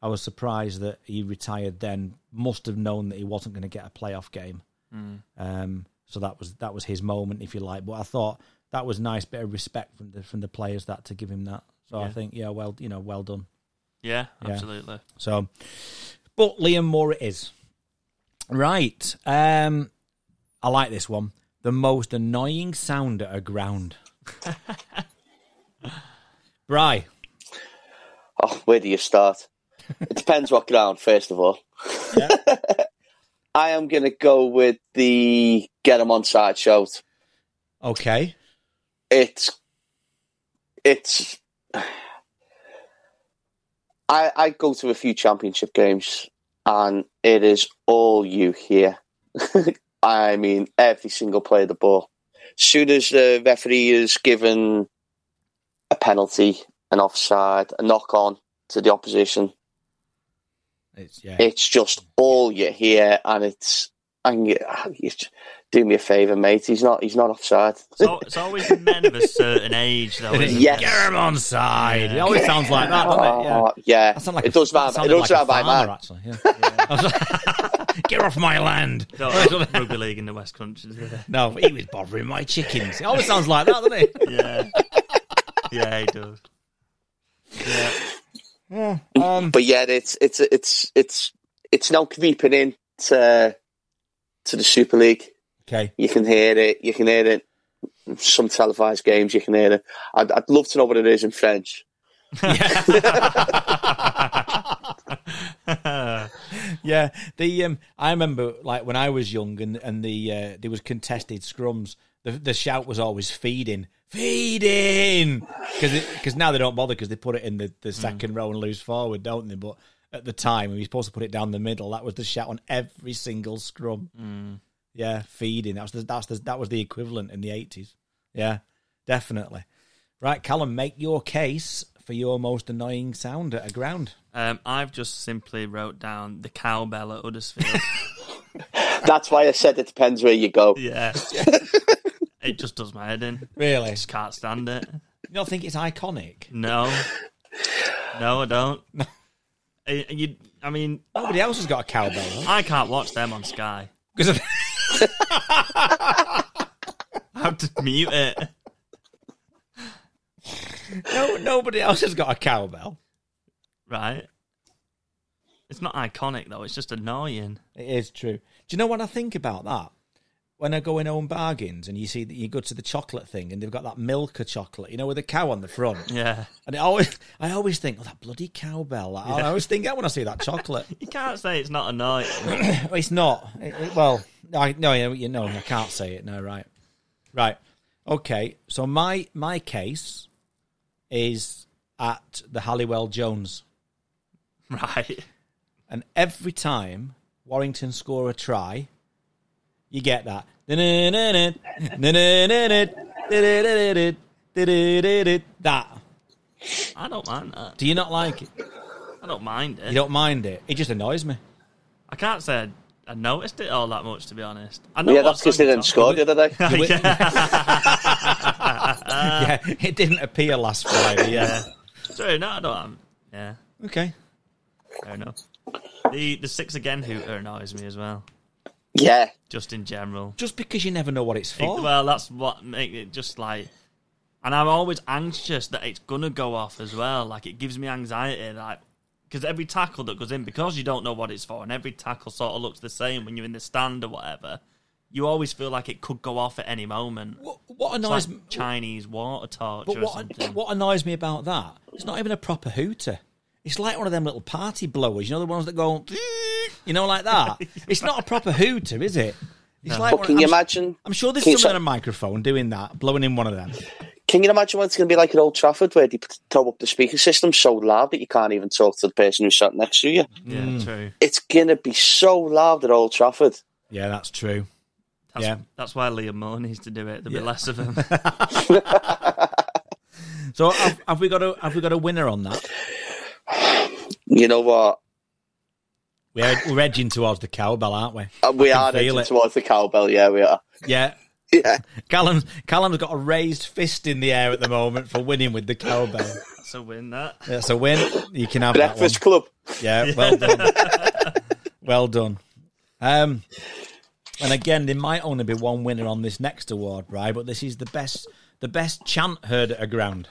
Speaker 2: I was surprised that he retired. Then must have known that he wasn't going to get a playoff game,
Speaker 1: Mm.
Speaker 2: um, so that was that was his moment, if you like. But I thought that was nice bit of respect from the from the players that to give him that. So I
Speaker 1: Yeah.
Speaker 2: think yeah, well you know well done.
Speaker 1: Yeah, absolutely.
Speaker 2: So, but Liam Moore it is right. Um, I like this one. The most annoying sound at a ground. Bry.
Speaker 3: Oh, where do you start? It depends what ground, first of all. I am going to go with the get them on side shout.
Speaker 2: Okay.
Speaker 3: It's, it's. I I go to a few championship games, and it is all you hear. I mean, every single play of the ball. Soon as the referee is given a penalty, an offside, a knock on to the opposition,
Speaker 2: It's yeah.
Speaker 3: it's just all you hear, and it's and you, you just- do me a favour, mate. He's not he's not offside.
Speaker 2: Oh,
Speaker 1: So, it's always men of a certain age, though. Isn't
Speaker 3: Yes.
Speaker 1: it?
Speaker 2: Get him on side. It always sounds like that, doesn't
Speaker 3: Oh,
Speaker 2: it? Yeah.
Speaker 3: yeah,
Speaker 2: That sound like
Speaker 3: it
Speaker 2: a-
Speaker 3: does
Speaker 2: that
Speaker 3: sound it
Speaker 2: sounded
Speaker 3: does sound by
Speaker 2: like a farmer,
Speaker 3: man.
Speaker 2: actually. Yeah. I was like, Get off my land.
Speaker 1: No, rugby league in the West Country. isn't it?
Speaker 2: No, he was bothering my chickens. It always sounds like that, doesn't it?
Speaker 1: Yeah. Yeah, he does. Yeah.
Speaker 2: Yeah. Um,
Speaker 3: But yeah, it's it's it's it's it's now creeping in to to the Super League.
Speaker 2: okay.
Speaker 3: You can hear it. You can hear it. Some televised games, you can hear it. I'd, I'd love to know what it is in French.
Speaker 2: Yeah, the um, I remember like when I was young and and the uh, there was contested scrums. The the shout was always feeding, feeding, because because now they don't bother because they put it in the, the second row and lose forward, don't they? But at the time, we were supposed to put it down the middle. That was the shout on every single scrum. Yeah, feeding. That was the, that's the, that was the equivalent in the eighties. Yeah, definitely. Right, Callum, make your case for your most annoying sound at a ground.
Speaker 1: um, I've just simply wrote down the cowbell at Huddersfield.
Speaker 3: That's why I said it depends where you go.
Speaker 1: yeah. It just does my head in.
Speaker 2: Really?
Speaker 1: Just can't stand it.
Speaker 2: You don't think it's iconic?
Speaker 1: No. No, I don't. I, you, I mean,
Speaker 2: Nobody else has got a cowbell. Huh?
Speaker 1: I can't watch them on Sky.
Speaker 2: Because
Speaker 1: I have to mute it.
Speaker 2: no, nobody else has got a cowbell.
Speaker 1: Right? It's not iconic, though. It's just annoying.
Speaker 2: It is true. Do you know what I think about that? When I go in home bargains and you see that you go to the chocolate thing and they've got that Milka chocolate, you know, with a cow on the front,
Speaker 1: Yeah.
Speaker 2: and it always, I always think, oh, that bloody cowbell! I, I always think that when I see that chocolate.
Speaker 1: You can't say it's not annoying.
Speaker 2: Well, it's not. It- it- well, I no, you know, you know, I can't say it. No, right, right, okay. So my my case is at the Halliwell Jones.
Speaker 1: Right.
Speaker 2: And every time Warrington score a try, you get that. That.
Speaker 1: I don't mind that.
Speaker 2: Do you not like it?
Speaker 1: I don't mind it.
Speaker 2: You don't mind it? It just annoys me.
Speaker 1: I can't say I I noticed it all that much, to be honest. I know
Speaker 3: yeah,
Speaker 1: what
Speaker 3: that's because
Speaker 1: song
Speaker 3: they
Speaker 1: you're
Speaker 3: didn't score the other day.
Speaker 1: talking- yeah.
Speaker 2: yeah, it didn't appear last Friday. Yeah.
Speaker 1: yeah. Sorry, no, I don't. I'm, yeah,
Speaker 2: okay.
Speaker 1: fair enough. The the six again hooter annoys me as well.
Speaker 3: Yeah,
Speaker 1: Just in general.
Speaker 2: Just because you never know what it's
Speaker 1: It-
Speaker 2: for.
Speaker 1: Well, that's what make it just like. And I'm always anxious that it's gonna go off as well. Like it gives me anxiety, like because every tackle that goes in, because you don't know what it's for, and every tackle sort of looks the same when you're in the stand or whatever. You always feel like it could go off at any moment.
Speaker 2: what, what
Speaker 1: It's
Speaker 2: annoys
Speaker 1: like Chinese water torture
Speaker 2: but
Speaker 1: or
Speaker 2: what,
Speaker 1: something.
Speaker 2: what annoys me about that? It's not even a proper hooter. It's like one of them little party blowers. You know the ones that go, you know, like that. It's not a proper hooter, is it? It's like
Speaker 3: but
Speaker 2: one-
Speaker 3: can you
Speaker 2: I'm-
Speaker 3: imagine?
Speaker 2: I'm sure there's
Speaker 3: Can you
Speaker 2: someone
Speaker 3: so-
Speaker 2: on a microphone doing that, blowing in one of them.
Speaker 3: Can you imagine what it's going to be like at Old Trafford, where they p- throw up the speaker system so loud that you can't even talk to the person who's sat next to you?
Speaker 2: Mm-hmm.
Speaker 1: Yeah,
Speaker 2: Mm.
Speaker 1: true.
Speaker 3: It's going to be so loud at Old Trafford.
Speaker 2: Yeah, that's true.
Speaker 1: That's,
Speaker 2: Yeah.
Speaker 1: that's why Liam Moore needs to do it. There'll be less of him.
Speaker 2: So have, have we got a have we got a winner on that?
Speaker 3: You know what?
Speaker 2: We're we're edging towards the cowbell, aren't we?
Speaker 3: Uh, We
Speaker 2: can
Speaker 3: are
Speaker 2: feel
Speaker 3: heading
Speaker 2: it.
Speaker 3: towards the cowbell. Yeah, we are.
Speaker 2: Yeah.
Speaker 3: Yeah,
Speaker 2: Callum's Callum's got a raised fist in the air at the moment for winning with the cowbell.
Speaker 1: so win that.
Speaker 2: That's a win. You can have
Speaker 3: Breakfast
Speaker 2: that
Speaker 3: Club.
Speaker 2: one. Yeah, well done. well done. Um, and again, there might only be one winner on this next award, right? But this is the best the best chant heard at a ground.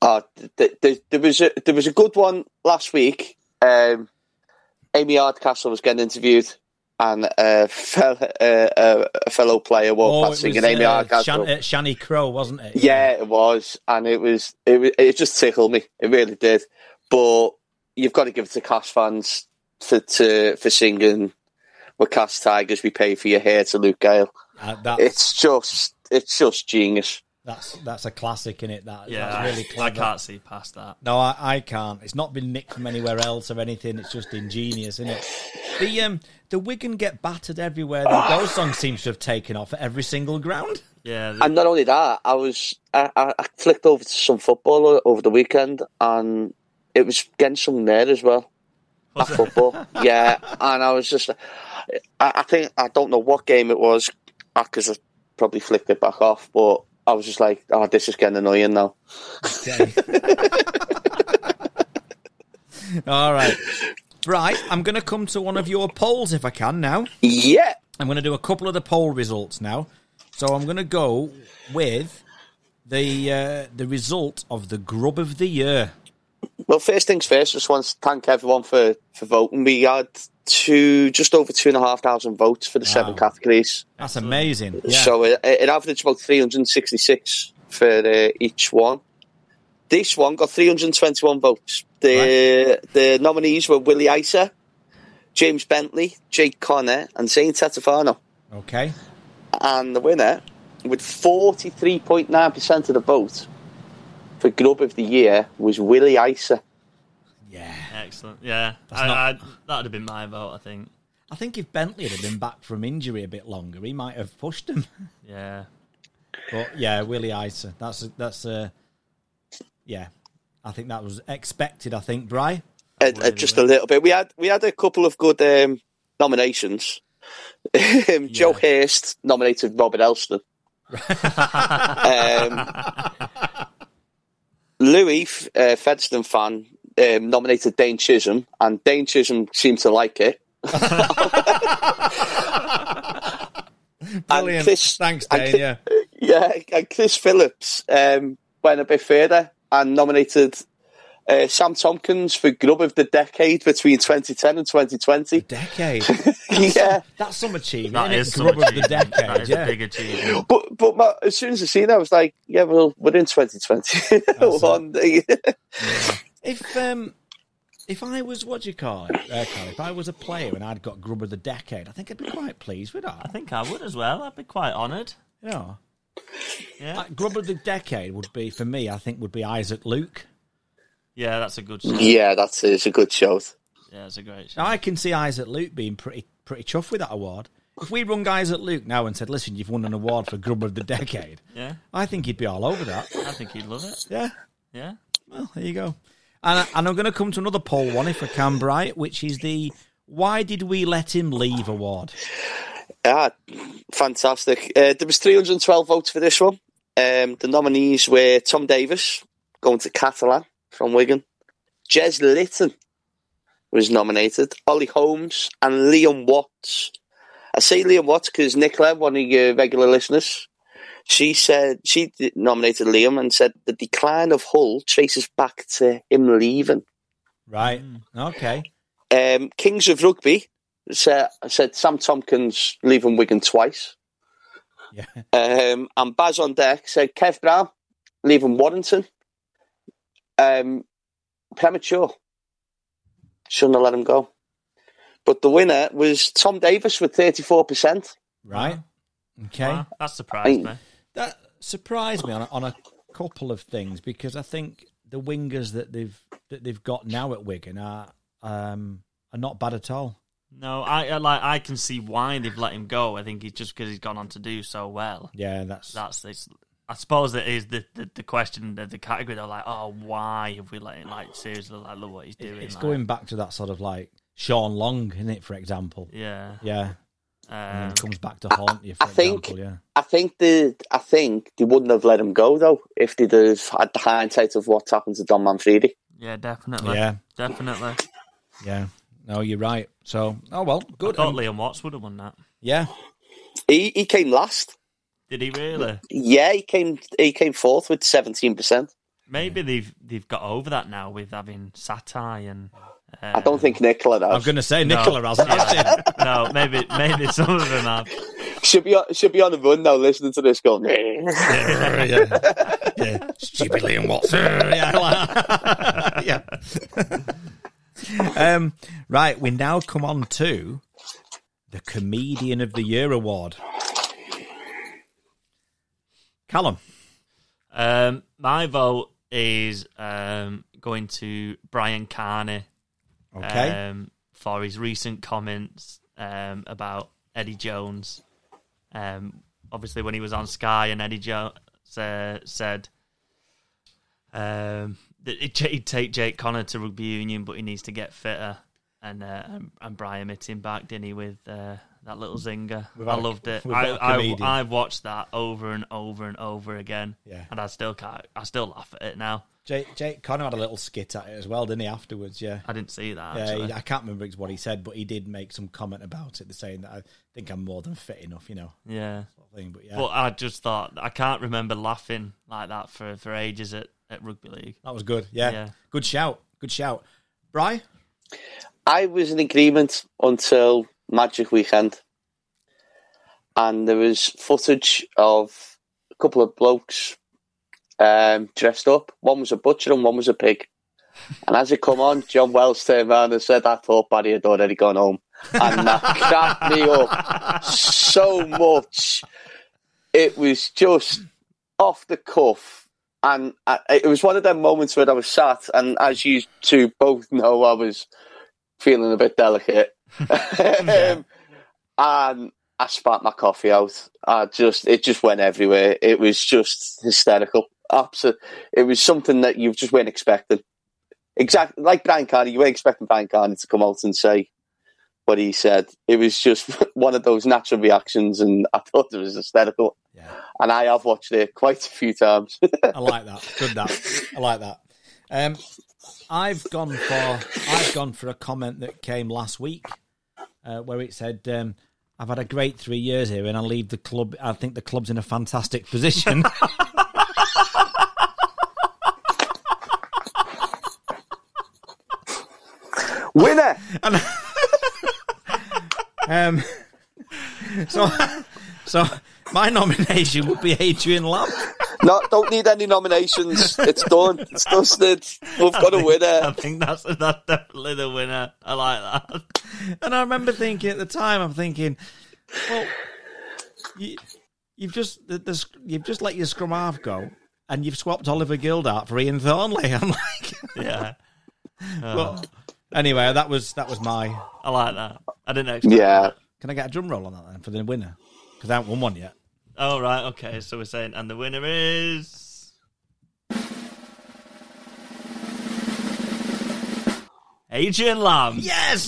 Speaker 3: Uh, th- th- th- there was a there was a good one last week. Um, Amy Hardcastle was getting interviewed, and a, fel- uh, uh, a fellow player walked past singing Amy
Speaker 2: Oh, uh, Shan-
Speaker 3: Hardcastle.
Speaker 2: uh, Shani Crow, wasn't it?
Speaker 3: yeah, it was, and it was it was, it just tickled me. It really did. But you've got to give it to Cash fans for to, for singing. We're Cash Tigers. We pay for your hair to Luke Gale.
Speaker 2: Uh, that-
Speaker 3: It's just it's just genius.
Speaker 2: That's that's a classic in it. That
Speaker 1: Yeah,
Speaker 2: that's really
Speaker 1: I, I
Speaker 2: clever.
Speaker 1: can't see past that.
Speaker 2: No, I, I can't. It's not been nicked from anywhere else or anything. It's just ingenious, isn't it? The um the Wigan get battered everywhere. The goal song seems to have taken off at every single ground.
Speaker 1: Yeah,
Speaker 3: And not only that, I was I, I I flicked over to some football o- over the weekend, and it was getting some there as well. At football, yeah, and I was just, I, I think I don't know what game it was because I probably flicked it back off, but I was just like, oh, this is getting annoying now.
Speaker 2: Okay. All right, right. I'm going to come to one of your polls if I can now.
Speaker 3: Yeah,
Speaker 2: I'm going to do a couple of the poll results now. So I'm going to go with the uh, the result of the grub of the year.
Speaker 3: well, first things first, just want to thank everyone for for voting. We had two, just over two and a half thousand votes for the seven categories.
Speaker 2: That's amazing. Yeah.
Speaker 3: So it, it averaged about 366 for uh, each one. This one got 321 votes. The the nominees were Willie Isa, James Bentley, Jake Connor, and Zane Tatafano.
Speaker 2: okay.
Speaker 3: And the winner, with 43.9% of the vote for Grub of the Year, was Willie Isa.
Speaker 2: Yeah.
Speaker 1: excellent. Yeah,
Speaker 2: not-
Speaker 1: I, I, that'd have been my vote, I think.
Speaker 2: I think if Bentley had been back from injury a bit longer, he might have pushed him.
Speaker 1: Yeah,
Speaker 2: But yeah, Willie Isa. That's a, that's a yeah. I think that was expected. I think Bry.
Speaker 3: Uh, uh,
Speaker 1: really
Speaker 3: just
Speaker 1: well.
Speaker 3: a little bit. We had we had a couple of good um, nominations. Um, Joe Hurst nominated Robert Elston. um, Louis, f- uh, Featherstone fan, um, nominated Dane Chisholm, and Dane Chisholm seemed to like it.
Speaker 2: Brilliant.
Speaker 3: Chris-
Speaker 2: Thanks,
Speaker 3: and
Speaker 2: Dane.
Speaker 3: Chris-
Speaker 2: Yeah.
Speaker 3: Yeah, and Chris Phillips um, went a bit further and nominated uh, Sam Tompkins for Grub of the Decade between 2010 and 2020.
Speaker 2: Decade.
Speaker 3: yeah.
Speaker 2: That's some achievement.
Speaker 1: that
Speaker 2: isn't
Speaker 1: is
Speaker 2: it?
Speaker 1: some
Speaker 2: Grub of the
Speaker 1: achievement. That
Speaker 2: decade.
Speaker 1: is
Speaker 2: Yeah.
Speaker 1: a big achievement.
Speaker 3: But but my, as soon as I seen that, I was like, yeah, well, we're in 2020. One day.
Speaker 2: If um, if I was what do you call it, uh, Carl, if I was a player and I'd got grub of the decade, I think I'd be quite pleased with
Speaker 1: I
Speaker 2: that.
Speaker 1: think I would as well. I'd be quite honoured.
Speaker 2: You know,
Speaker 1: Yeah,
Speaker 2: like, grub of the decade would be for me. I think would be Isaac Luke.
Speaker 1: yeah, that's a good. Show. Yeah,
Speaker 3: yeah, that's it's a good shout.
Speaker 1: it's a great. Show.
Speaker 2: Now, I can see Isaac Luke being pretty pretty chuffed with that award. If we rung Isaac Luke now and said, "Listen, you've won an award for Grub of the Decade,"
Speaker 1: Yeah,
Speaker 2: I think he'd be all over that.
Speaker 1: I think he'd love it.
Speaker 2: Yeah.
Speaker 1: Yeah,
Speaker 2: Well, there you go. And, and I'm going to come to another poll one if I can, Bright, which is the Why did we let him leave award?
Speaker 3: Yeah, Ah, fantastic. Uh, there was 312 votes for this one. Um, the nominees were Tom Davis going to Catalan from Wigan, Jez Litton was nominated, Ollie Holmes and Liam Watts. I say Liam Watts because Nicola, one of your regular listeners, she said she nominated Liam and said the decline of Hull traces back to him leaving.
Speaker 2: Right. Okay.
Speaker 3: Um, Kings of Rugby said, said Sam Tompkins leaving Wigan twice.
Speaker 2: Yeah.
Speaker 3: Um, and Baz on deck said Kev Brown leaving Warrington. Um, premature. Shouldn't have let him go. But the winner was Tom Davis with 34%.
Speaker 2: Right. Okay.
Speaker 1: Wow, that surprised me.
Speaker 2: That surprised me on a, on a couple of things because I think the wingers that they've that they've got now at Wigan are um, are not bad at all.
Speaker 1: No, I, I like I can see why they've let him go. I think it's just because he's gone on to do so well.
Speaker 2: Yeah, that's
Speaker 1: That's this. I suppose that is the, the, the question, the, the category. They're like, oh, why have we let him? Like, seriously, like, look what he's doing.
Speaker 2: it's
Speaker 1: like.
Speaker 2: going back to that sort of like Sean Long, isn't it? For example.
Speaker 1: Yeah.
Speaker 2: Yeah.
Speaker 1: Um,
Speaker 2: And it comes back to haunt you. For
Speaker 3: I think-
Speaker 2: example, yeah.
Speaker 3: I think the I think they wouldn't have let him go though if they'd have had the hindsight of what happened to Don Manfredi.
Speaker 1: yeah, definitely.
Speaker 2: Yeah.
Speaker 1: Definitely.
Speaker 2: Yeah. No, you're right. So, oh well,
Speaker 1: I
Speaker 2: good.
Speaker 1: thought
Speaker 2: Um,
Speaker 1: Liam Watts would have won that.
Speaker 2: yeah,
Speaker 3: He he came last.
Speaker 1: Did he really?
Speaker 3: Yeah, he came he came fourth with seventeen percent.
Speaker 1: Maybe they've they've got over that now with having satire and.
Speaker 3: I don't think Nicola
Speaker 2: I'm
Speaker 3: has.
Speaker 2: going to say Nicola hasn't. has she?
Speaker 1: no, maybe maybe some of them have.
Speaker 3: Should be on, should be on the run now listening to this going. "Nah."
Speaker 2: yeah. yeah. Stupid Liam Watson. yeah. like- yeah. um, right, we now come on to the Comedian of the Year award. Callum.
Speaker 1: Um, my vote is um, going to Brian Carney
Speaker 2: Okay.
Speaker 1: um, for his recent comments um, about Eddie Jones. Um, obviously, when he was on Sky, and Eddie Jones uh, said um, that he'd, ta- he'd take Jake Connor to rugby union, but he needs to get fitter. And uh, and, and Brian hit him back, didn't he, with uh, that little zinger?
Speaker 2: Without
Speaker 1: I
Speaker 2: a-
Speaker 1: loved it.
Speaker 2: without
Speaker 1: I,
Speaker 2: a
Speaker 1: I,
Speaker 2: comedian.
Speaker 1: I've watched that over and over and over again.
Speaker 2: Yeah.
Speaker 1: and I still can't. I still laugh at it now.
Speaker 2: Jake, Jake Connor had a little skit at it as well, didn't he, afterwards? Yeah.
Speaker 1: I didn't see that.
Speaker 2: Yeah,
Speaker 1: actually.
Speaker 2: he- I can't remember ex- what he said, but he did make some comment about it, saying that I think I'm more than fit enough, you know.
Speaker 1: yeah.
Speaker 2: Thing, but yeah,
Speaker 1: But I just thought I can't remember laughing like that for, for ages at, at rugby league.
Speaker 2: that was good. Yeah.
Speaker 1: Yeah.
Speaker 2: good shout, good shout, Bry.
Speaker 3: I was in agreement until Magic Weekend, and there was footage of a couple of blokes um, dressed up. One was a butcher and one was a pig. And as it come on, John Wells turned round and said, "I thought Barry had already gone home," and that cracked me up so much. It was just off the cuff. And I, it was one of them moments where I was sat, and as you two both know, I was feeling a bit delicate. um, and I spat my coffee out. I just it just went everywhere. It was just hysterical. Absolute. It was something that you just weren't expecting. Exactly like Brian Carney, you weren't expecting Brian Carney to come out and say what he said. It was just one of those natural reactions, and I thought it was hysterical.
Speaker 2: Yeah,
Speaker 3: And I have watched it quite a few times.
Speaker 2: I like that. Good that. I like that. Um, I've gone for I've gone for a comment that came last week, uh, where it said, um, "I've had a great three years here, and I leave the club. I think the club's in a fantastic position."
Speaker 3: Winner.
Speaker 2: Um, so, so my nomination would be Adrian Lamb.
Speaker 3: No, don't need any nominations. It's done. It's dusted. We've got a
Speaker 1: I
Speaker 3: winner.
Speaker 1: think that's that's definitely the winner. I like that.
Speaker 2: And I remember thinking at the time, I'm thinking, well, you, you've just the, the, sc- you've just let your scrum half go, and you've swapped Oliver Gildart for Ian Thornley. I'm like,
Speaker 1: Yeah,
Speaker 2: well, anyway, that was that was my.
Speaker 1: I like that. I didn't expect.
Speaker 3: Yeah.
Speaker 1: That.
Speaker 2: Can I get a drum roll on that then for the winner? Because I haven't won one yet.
Speaker 1: Oh right. Okay. So we're saying, and the winner is Adrian Lamb.
Speaker 2: Yes!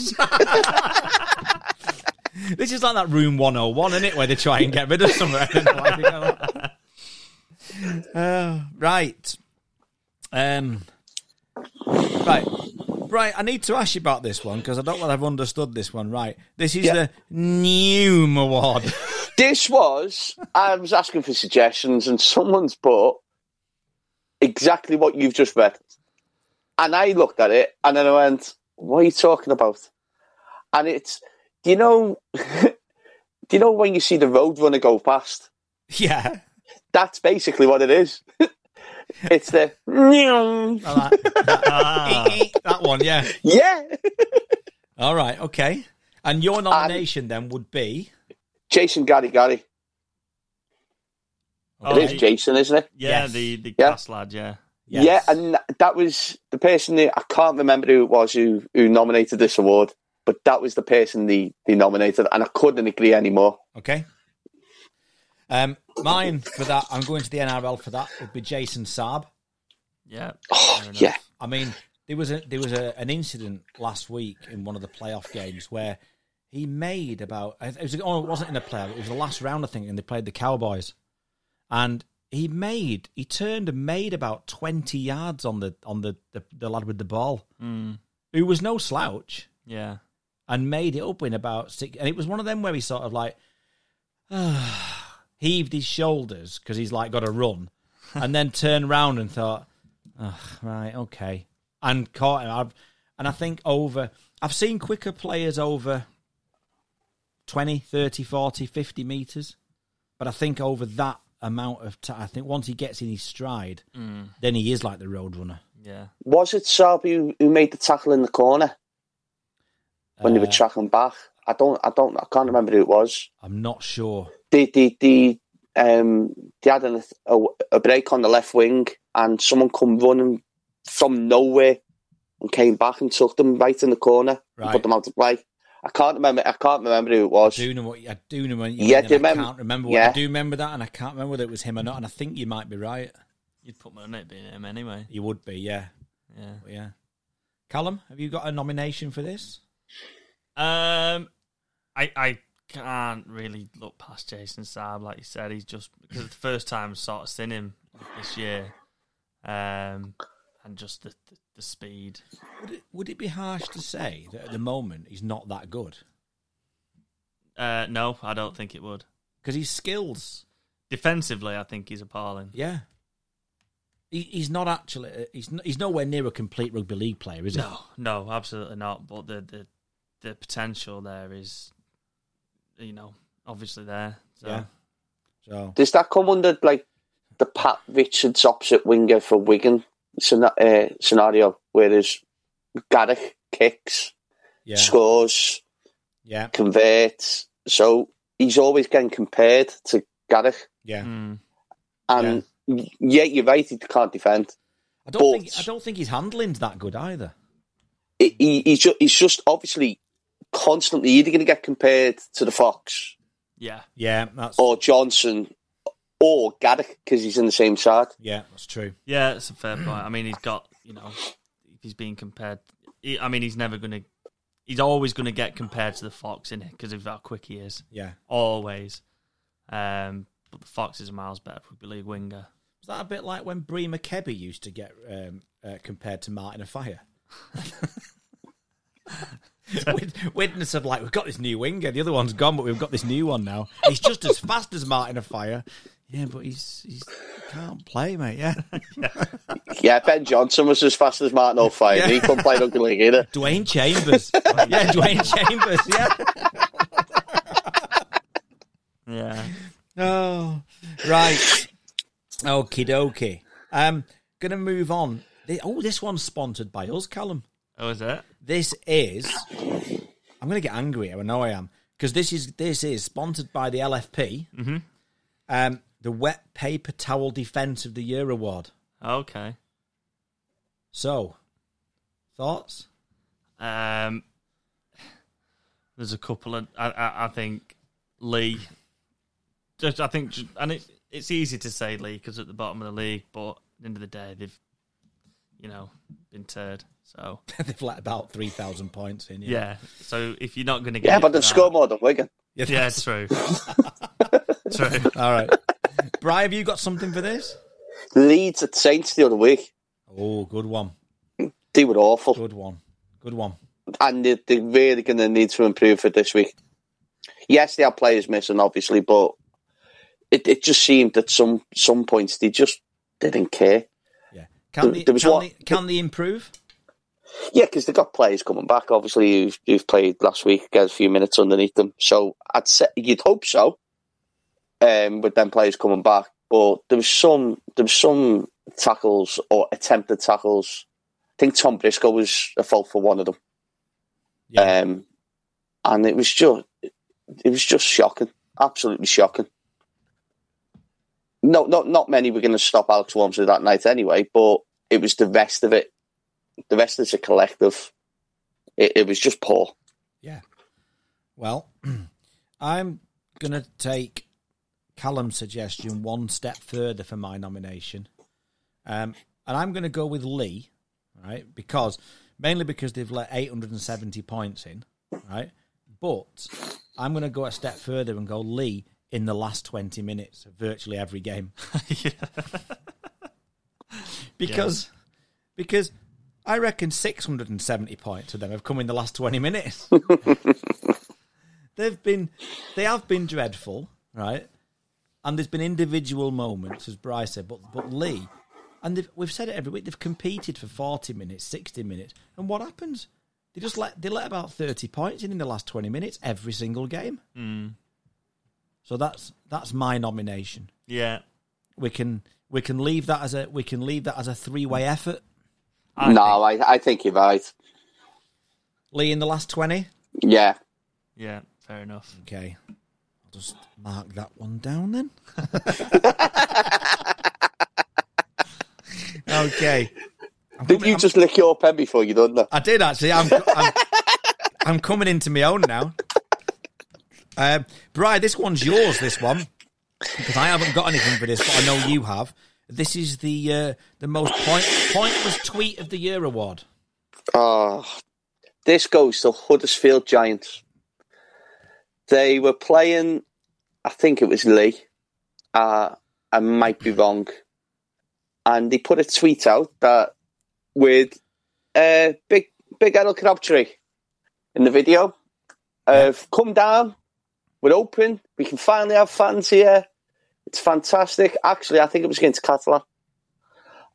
Speaker 2: this is like that room 101, isn't it, where they try and get rid of something. uh, right. Um, right. Right, I need to ask you about this one because I don't know if I've understood this one right. This is
Speaker 3: Yeah.
Speaker 2: the Newm Award.
Speaker 3: This was, I was asking for suggestions, and someone's put exactly what you've just read. And I looked at it, and then I went, What are you talking about? And it's, do you know, do you know when you see the road runner go past?
Speaker 2: yeah.
Speaker 3: That's basically what it is. it's the,
Speaker 2: I like-
Speaker 1: Ah,
Speaker 2: that one, yeah.
Speaker 3: yeah,
Speaker 2: All right, okay. And your nomination then would be.
Speaker 3: Jason Gary Gary.
Speaker 1: Oh,
Speaker 3: It is
Speaker 1: he-
Speaker 3: Jason, isn't it?
Speaker 1: Yeah,
Speaker 2: Yes.
Speaker 1: the, the
Speaker 3: Yeah.
Speaker 1: cast lad, yeah.
Speaker 3: Yeah, and that was the person that I can't remember who it was who, who nominated this award, but that was the person they, they nominated, and I couldn't agree anymore.
Speaker 2: Okay. Um, mine for that, I'm going to the NRL for that. Would be Jason Saab.
Speaker 1: Yeah. fair enough.
Speaker 3: Oh, yeah.
Speaker 2: I mean, there was a there was a, an incident last week in one of the playoff games where he made about it was oh, it wasn't in the playoff. It was the last round, I think, and they played the Cowboys, and he made he turned and made about 20 yards on the on the the, the lad with the ball,
Speaker 1: Mm,
Speaker 2: who was no slouch.
Speaker 1: yeah.
Speaker 2: and made it up in about six. And it was one of them where he sort of like heaved his shoulders because he's like got a run, and then turned round and thought, Ugh, right, okay, and caught him. I've, and I think over, I've seen quicker players over 20, 30, 40, 50 meters, but I think over that amount of time, I think once he gets in his stride, then he is like the road runner.
Speaker 1: Yeah.
Speaker 3: Was it Saab who, who made the tackle in the corner when they were
Speaker 2: Uh,
Speaker 3: tracking back? I don't, I don't, I can't remember who it was.
Speaker 2: I'm not sure.
Speaker 3: They, they, they, um, they had a, a, a break on the left wing, and someone come running from nowhere and came back and took them right in the corner and
Speaker 2: Right.
Speaker 3: put them out of play. I can't remember. I can't remember who it was.
Speaker 2: do know what I do know what you
Speaker 3: Yeah,
Speaker 2: mean,
Speaker 3: do
Speaker 2: and I
Speaker 3: remem-
Speaker 2: can't remember what I
Speaker 3: yeah.
Speaker 2: do remember that, and I can't remember whether it was him or not. And I think you might be right.
Speaker 1: You'd put my name in him anyway.
Speaker 2: You would be, yeah,
Speaker 1: Yeah.
Speaker 2: but yeah. Callum, have you got a nomination for this?
Speaker 1: Um, I I can't really look past Jason Saab, like you said. He's just because it's the first time I've sort of seen him this year, um, and just the the, the speed.
Speaker 2: Would it, would it be harsh to say that at the moment he's not that good
Speaker 1: Uh, no, I don't think it would.
Speaker 2: because his skills,
Speaker 1: Defensively, I think he's appalling.
Speaker 2: yeah, he, he's not actually uh, he's n he's nowhere near a complete rugby league player, is he?
Speaker 1: No, no, absolutely not. But the the the potential there is, you know, obviously there. So
Speaker 2: Yeah. So
Speaker 3: Does that come under like the Pat Richards opposite winger for Wigan scena- uh, scenario, whereas Garrick kicks,
Speaker 2: yeah,
Speaker 3: scores,
Speaker 2: yeah,
Speaker 3: converts? So he's always getting compared to Garrick,
Speaker 2: yeah.
Speaker 1: mm,
Speaker 3: and y- yeah, you're right. He can't defend.
Speaker 2: I don't
Speaker 3: But-
Speaker 2: think I don't think his handling's that good either.
Speaker 3: He, he, he's, just, he's just obviously constantly either going to get compared to the Fox
Speaker 1: yeah,
Speaker 2: Yeah, that's
Speaker 3: or Johnson or Garrick because he's in the same side.
Speaker 2: yeah, that's true.
Speaker 1: yeah, it's a fair point. I mean, he's got you know, if he's being compared, he, I mean, he's never going to, he's always going to get compared to the fox in it because of how quick he is,
Speaker 2: Yeah.
Speaker 1: always. Um, but the fox is a miles better rugby league winger.
Speaker 2: Was that a bit like when Bree McKebby used to get um, uh, compared to Martin of Fire? Wit- Witness of like, we've got this new winger. The other one's gone, but we've got this new one now. He's just as fast as Martin of Fire. Yeah, but he's he's can't play, mate. Yeah,
Speaker 3: Yeah, Ben Johnson was as fast as Martin O'Fire. He couldn't play rugby league either.
Speaker 2: Dwayne Chambers. yeah, Dwayne Chambers. Yeah.
Speaker 1: Yeah,
Speaker 2: Oh, right. Okie dokie. Um, gonna move on. The- Oh, this one's sponsored by us, Callum.
Speaker 1: oh, is it?
Speaker 2: This is. I'm going to get angry. I know I am because this is this is sponsored by the LFP, um, the Wet Paper Towel Defence of the Year Award.
Speaker 1: Okay.
Speaker 2: So, thoughts?
Speaker 1: Um, there's a couple of I, I, I think Lee. Just I think, and it, it's easy to say Lee because at the bottom of the league, but at the end of the day, they've you you know, been turd. So
Speaker 2: They've let about 3,000 points in.
Speaker 1: yeah. So if you're not going to get
Speaker 3: Yeah,
Speaker 1: it
Speaker 3: but they
Speaker 1: for
Speaker 3: score more than Wigan.
Speaker 2: Yeah.
Speaker 1: Yeah, true. true.
Speaker 2: All right. Bri, have you got something for this?
Speaker 3: Leeds at Saints the other week.
Speaker 2: Oh, good one.
Speaker 3: They were awful.
Speaker 2: Good one. Good one.
Speaker 3: and they, they're really going to need to improve for this week. Yes, they had players missing, obviously, but it, it just seemed at some some points they just didn't care.
Speaker 2: Yeah. Can,
Speaker 3: There-
Speaker 2: they,
Speaker 3: there was
Speaker 2: can,
Speaker 3: one-
Speaker 2: they, can they improve?
Speaker 3: Yeah, because they've got players coming back, obviously, who've, who've played last week, get a few minutes underneath them. So I'd say, you'd hope so, um, with them players coming back. But there was some there was some tackles or attempted tackles. I think Tom Briscoe was a fault for one of them.
Speaker 2: Yeah.
Speaker 3: Um, and it was just, it was just shocking, absolutely shocking. No, not not many were going to stop Alex Walmsley that night anyway, but it was the rest of it. The rest is a collective. It, it was just poor.
Speaker 2: yeah. Well, I'm going to take Callum's suggestion one step further for my nomination. Um, and I'm going to go with Lee, right? Because mainly because they've let 870 points in, right? But I'm going to go a step further and go Lee in the last 20 minutes of virtually every game.
Speaker 1: yeah.
Speaker 2: because because I reckon 670 points to them have come in the last 20 minutes. They've been they have been dreadful, right? And there's been individual moments, as Bryce said, but but Lee, and they've, we've said it every week. They've competed for 40 minutes, 60 minutes, and what happens? They just let they let about 30 points in in the last 20 minutes every single game. So that's that's my nomination
Speaker 1: Yeah.
Speaker 2: we can we can leave that as a we can leave that as a three way effort.
Speaker 1: I
Speaker 3: no, I, I think you're right.
Speaker 2: Lee in the last twenty.
Speaker 3: Yeah,
Speaker 1: Yeah. Fair enough.
Speaker 2: Okay, I'll just mark that one down then. okay, I'm
Speaker 3: did
Speaker 2: coming-
Speaker 3: you
Speaker 2: I'm-
Speaker 3: just lick your pen before you done that?
Speaker 2: I did actually. I'm, I'm, I'm coming into my own now. Um, Bri, this one's yours. This one because I haven't got anything for this, but I know you have. This is the uh, the most point, pointless tweet of the year award.
Speaker 3: Oh, this goes to Huddersfield Giants. They were playing, I think it was Lee. Uh, I might be wrong. And they put a tweet out that with uh, big big Errol Crabtree in the video of come down, we're open, we can finally have fans here. It's fantastic. Actually, I think it was against Catalan.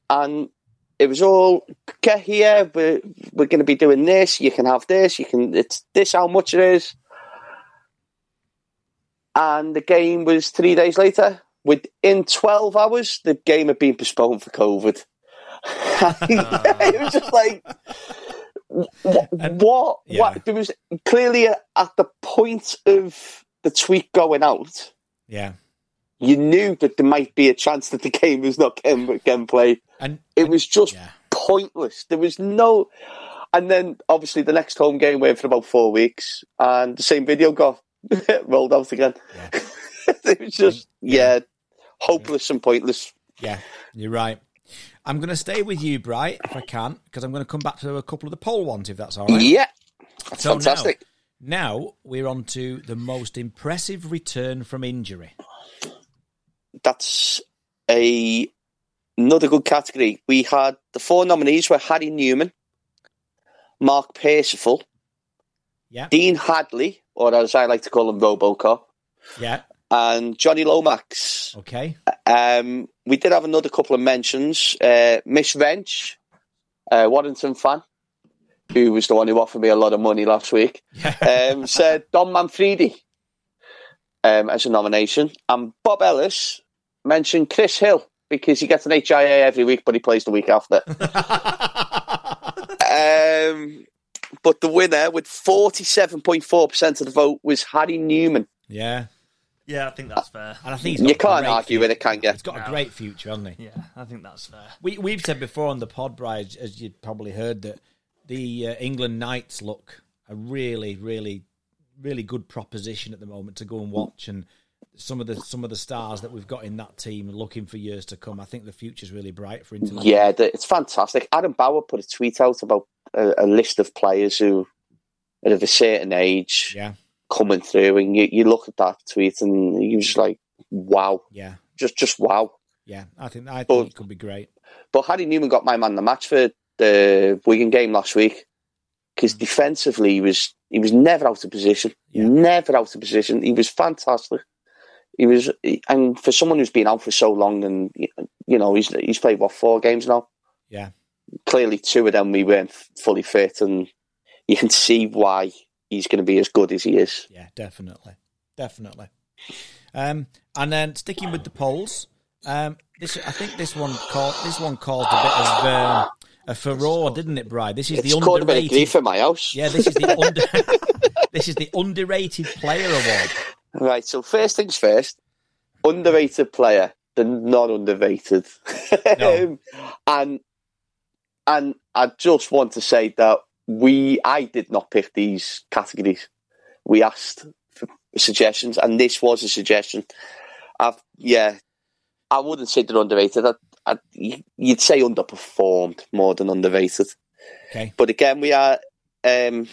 Speaker 3: And it was all get here. We're we're going to be doing this. You can have this. You can. It's this. How much it is? And the game was three days later. Within twelve hours, the game had been postponed for COVID. it was just like what? what,
Speaker 2: yeah.
Speaker 3: what? There was clearly at the point of the tweet going out,
Speaker 2: Yeah,
Speaker 3: you knew that there might be a chance that the game was not getting, getting played.
Speaker 2: and
Speaker 3: It was just
Speaker 2: Yeah.
Speaker 3: pointless. There was no. And then obviously the next home game went for about four weeks, and the same video got rolled out again. it was just yeah, hopeless and pointless.
Speaker 2: Yeah, you're right. I'm going to stay with you, Bright, if I can, because I'm going to come back to a couple of the poll ones, if that's all right.
Speaker 3: Yeah,
Speaker 2: So
Speaker 3: fantastic.
Speaker 2: Now, now we're on to the most impressive return from injury.
Speaker 3: That's a another good category. We had the four nominees were Harry Newman, Mark Percival,
Speaker 2: Yeah,
Speaker 3: Dean Hadley, or as I like to call him, RoboCop,
Speaker 2: yeah,
Speaker 3: and Johnny Lomax.
Speaker 2: okay.
Speaker 3: Um, we did have another couple of mentions. Uh, Miss Wrench, uh, Waddington fan, who was the one who offered me a lot of money last week,
Speaker 2: Yeah,
Speaker 3: um, said Don Manfredi um, as a nomination. And Bob Ellis mentioned Chris Hill because he gets an HIA every week, but he plays the week after. um, but the winner with 47.4% of the vote was Harry Newman.
Speaker 2: yeah.
Speaker 1: Yeah, I think that's fair.
Speaker 2: And I think he's got
Speaker 3: You
Speaker 2: a
Speaker 3: can't
Speaker 2: great
Speaker 3: argue
Speaker 2: future.
Speaker 3: with it, can you?
Speaker 2: He's got
Speaker 1: No.
Speaker 2: a great future, hasn't he?
Speaker 1: Yeah, I think that's fair.
Speaker 2: We, we've said before on the pod, Brian, as- as you probably heard, that the uh, England Knights look a really, really, really good proposition at the moment to go and watch and some of the some of the stars that we've got in that team looking for years to come. I think the future's really bright for Inter. Milan.
Speaker 3: Yeah, the- it's fantastic. Adam Bauer put a tweet out about a, a list of players who are of a certain age
Speaker 2: yeah,
Speaker 3: coming through, and you, you look at that tweet and you're just like, wow,
Speaker 2: yeah,
Speaker 3: just just wow.
Speaker 2: yeah. I think I
Speaker 3: But-
Speaker 2: think it could be great.
Speaker 3: But Harry Newman got my man the match for the Wigan game last week because defensively he was he was never out of position,
Speaker 2: Hmm. Yeah.
Speaker 3: never out of position. He was fantastic. He was, and for someone who's been out for so long, and you know he's he's played what four games now.
Speaker 2: Yeah.
Speaker 3: clearly two of them we weren't f- fully fit, and you can see why he's going to be as good as he is.
Speaker 2: Yeah, definitely, definitely. Um, and then sticking with the polls, um, this I think this one caused this one caused a bit of uh, a furore, didn't it, Bri? This is
Speaker 3: It's
Speaker 2: the
Speaker 3: called a bit of
Speaker 2: underrated.
Speaker 3: grief in my house.
Speaker 2: Yeah, this is the under. this is the underrated player award.
Speaker 3: Right, so first things first, underrated player, the non underrated.
Speaker 2: No.
Speaker 3: Um, and and I just want to say that we I did not pick these categories. We asked for suggestions and this was a suggestion. I've yeah. I wouldn't say they're underrated. I, I, you'd say underperformed more than underrated.
Speaker 2: Okay.
Speaker 3: But again, we are um,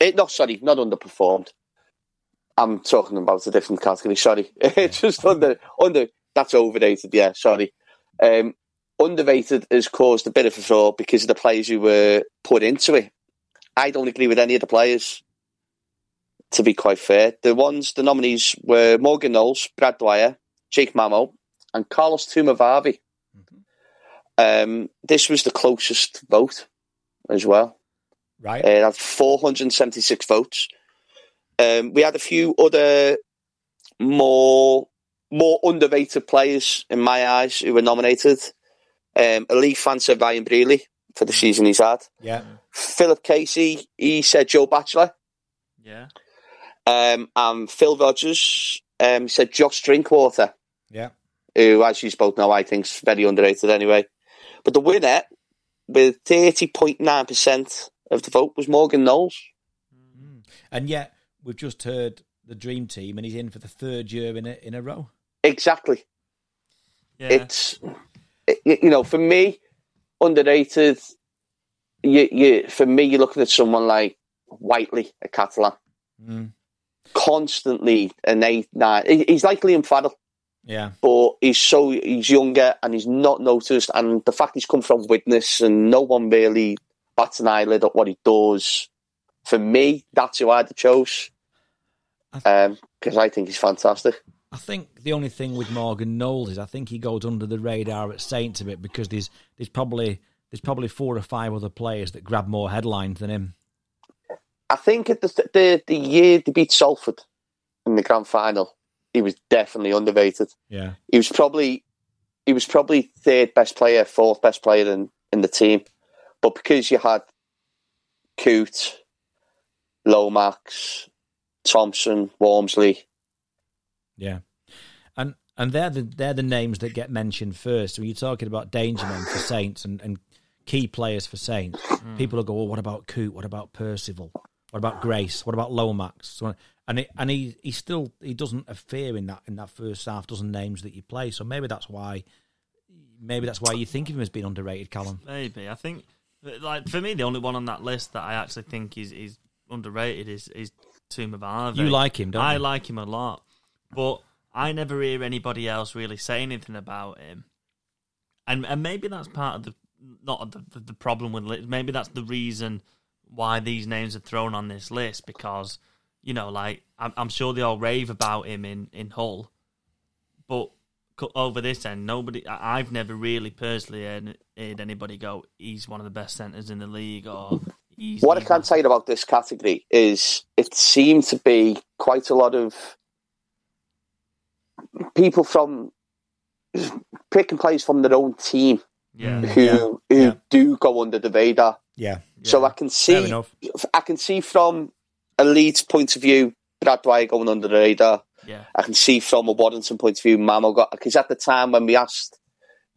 Speaker 3: it, no, sorry, not underperformed. I'm talking about a different category. Sorry, just under under that's overrated. Yeah, sorry. Um, underrated has caused a bit of a flaw because of the players who were put into it. I don't agree with any of the players. To be quite fair, the ones the nominees were Morgan Knowles, Brad Dwyer, Jake Mamo, and Carlos Tumavavi. Um, this was the closest vote as well.
Speaker 2: Right.
Speaker 3: Uh, that's 476 votes. Um, we had a few other more more underrated players in my eyes who were nominated. Um, a Leaf fan said Ryan Brealey for the season he's had.
Speaker 2: Yeah.
Speaker 3: Philip Casey, he said Joe Batchelor.
Speaker 1: Yeah.
Speaker 3: Um, and Phil Rogers um, said Josh Drinkwater,
Speaker 2: Yeah.
Speaker 3: who, as you both know, I think's very underrated anyway. But the winner, with 30.9% of the vote, was Morgan Knowles.
Speaker 2: And yet we've just heard the dream team, and he's in for the third year in a in a row.
Speaker 3: Exactly.
Speaker 1: Yeah.
Speaker 3: it's it, you know for me underrated you, you for me you're looking at someone like Whiteley a Catalan
Speaker 2: Mm.
Speaker 3: constantly an eight nine he- he's like Liam Farrell
Speaker 2: Yeah.
Speaker 3: but he's so he's younger and he's not noticed and the fact he's come from witness and no one really bats an eyelid at what he does for me that's who I'd have chose because I think he's fantastic
Speaker 2: I think the only thing with Morgan Knowles is I think he goes under the radar at Saints a bit because there's there's probably there's probably four or five other players that grab more headlines than him.
Speaker 3: I think at the, the the year they beat Salford in the grand final, he was definitely underrated.
Speaker 2: Yeah.
Speaker 3: He was probably he was probably third best player, fourth best player in, in the team. But because you had Coote, Lomax, Thompson, Wormsley,
Speaker 2: Yeah. And and they're the they're the names that get mentioned first. When you're talking about Dangermen for Saints and, and key players for Saints, people will go, Well, what about Coote? What about Percival? What about Grace? What about Lomax? So on. And it, and he, he still he doesn't appear in that in that first half dozen names that you play. So maybe that's why maybe that's why you think of him as being underrated, Callum.
Speaker 1: Maybe I think, like for me, the only one on that list that I actually think is is underrated is is Tomb of
Speaker 2: You like him, don't
Speaker 1: I
Speaker 2: you?
Speaker 1: like him a lot, but I never hear anybody else really say anything about him, and and maybe that's part of the not the the, the problem with li- maybe that's the reason why these names are thrown on this list because you know like I'm, I'm sure they all rave about him in in Hull, but co- over this end, nobody. I- I've never really personally heard, heard anybody go, "He's one of the best centers in the league," or "He's."
Speaker 3: What I
Speaker 1: he's
Speaker 3: can
Speaker 1: massive."
Speaker 3: tell you about this category is it seemed to be quite a lot of people from picking players from their own team
Speaker 1: Yeah,
Speaker 2: Mm.
Speaker 1: yeah.
Speaker 3: who who
Speaker 2: yeah.
Speaker 3: do go under the radar.
Speaker 2: Yeah.
Speaker 3: So I can
Speaker 2: Fair
Speaker 3: see
Speaker 2: enough.
Speaker 3: I can see from a Leeds point of view, Brad Dwyer going under the radar.
Speaker 1: yeah,
Speaker 3: I can see from a Waddington point of view, Mamo got because at the time when we asked,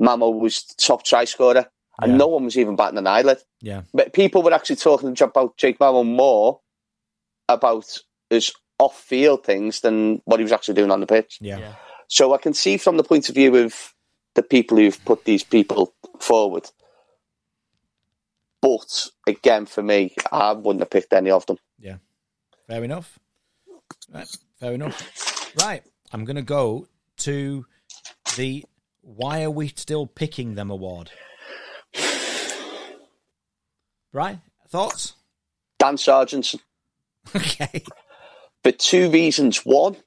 Speaker 3: Mamo was top try scorer, and
Speaker 2: Yeah.
Speaker 3: no one was even batting an eyelid.
Speaker 2: Yeah.
Speaker 3: But people were actually talking about Jake Mamo more about his off field things than what he was actually doing on the pitch.
Speaker 2: Yeah.
Speaker 1: Yeah.
Speaker 3: So I can see from the point of view of the people who've put these people forward. But again, for me, I wouldn't have picked any of them.
Speaker 2: Fair enough. Right. Fair enough. Right. I'm going to go to the Why Are We Still Picking Them award. Right. Thoughts?
Speaker 3: Dan Sargent's
Speaker 2: Okay.
Speaker 3: for two reasons. One,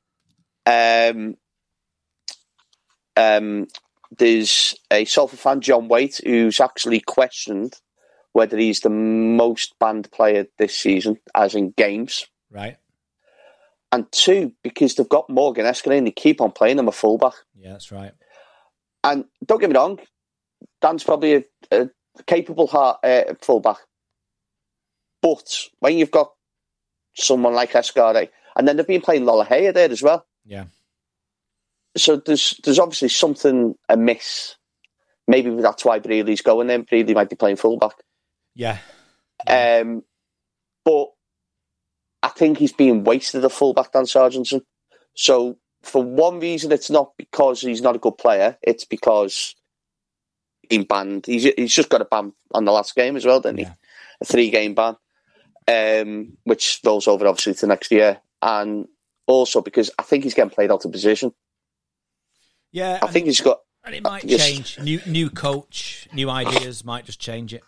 Speaker 3: um, um, there's a Salford fan, John Waite, who's actually questioned whether he's the most banned player this season, as in games.
Speaker 2: Right.
Speaker 3: And two, because they've got Morgan Eskin and they keep on playing him a fullback.
Speaker 2: Yeah, that's right.
Speaker 3: And don't get me wrong, Dan's probably a, a capable heart, uh, fullback. But when you've got someone like Escari, and then they've been playing Lola Heyer there as well.
Speaker 2: Yeah.
Speaker 3: So there's there's obviously something amiss. Maybe that's why Brealey's going then. Brealey might be playing fullback.
Speaker 2: Yeah.
Speaker 3: Um, but I think he's being wasted a fullback, Dan Sargentson. So for one reason, it's not because he's not a good player. It's because he's been banned. He's he's just got a ban on the last game as well, didn't
Speaker 2: Yeah.
Speaker 3: he? A three game ban, um, which rolls over obviously to next year, and also because I think he's getting played out of position.
Speaker 2: Yeah.
Speaker 3: I
Speaker 2: and-
Speaker 3: think he's got
Speaker 2: And it might
Speaker 3: Yes.
Speaker 2: change. New new coach, new ideas might just change it.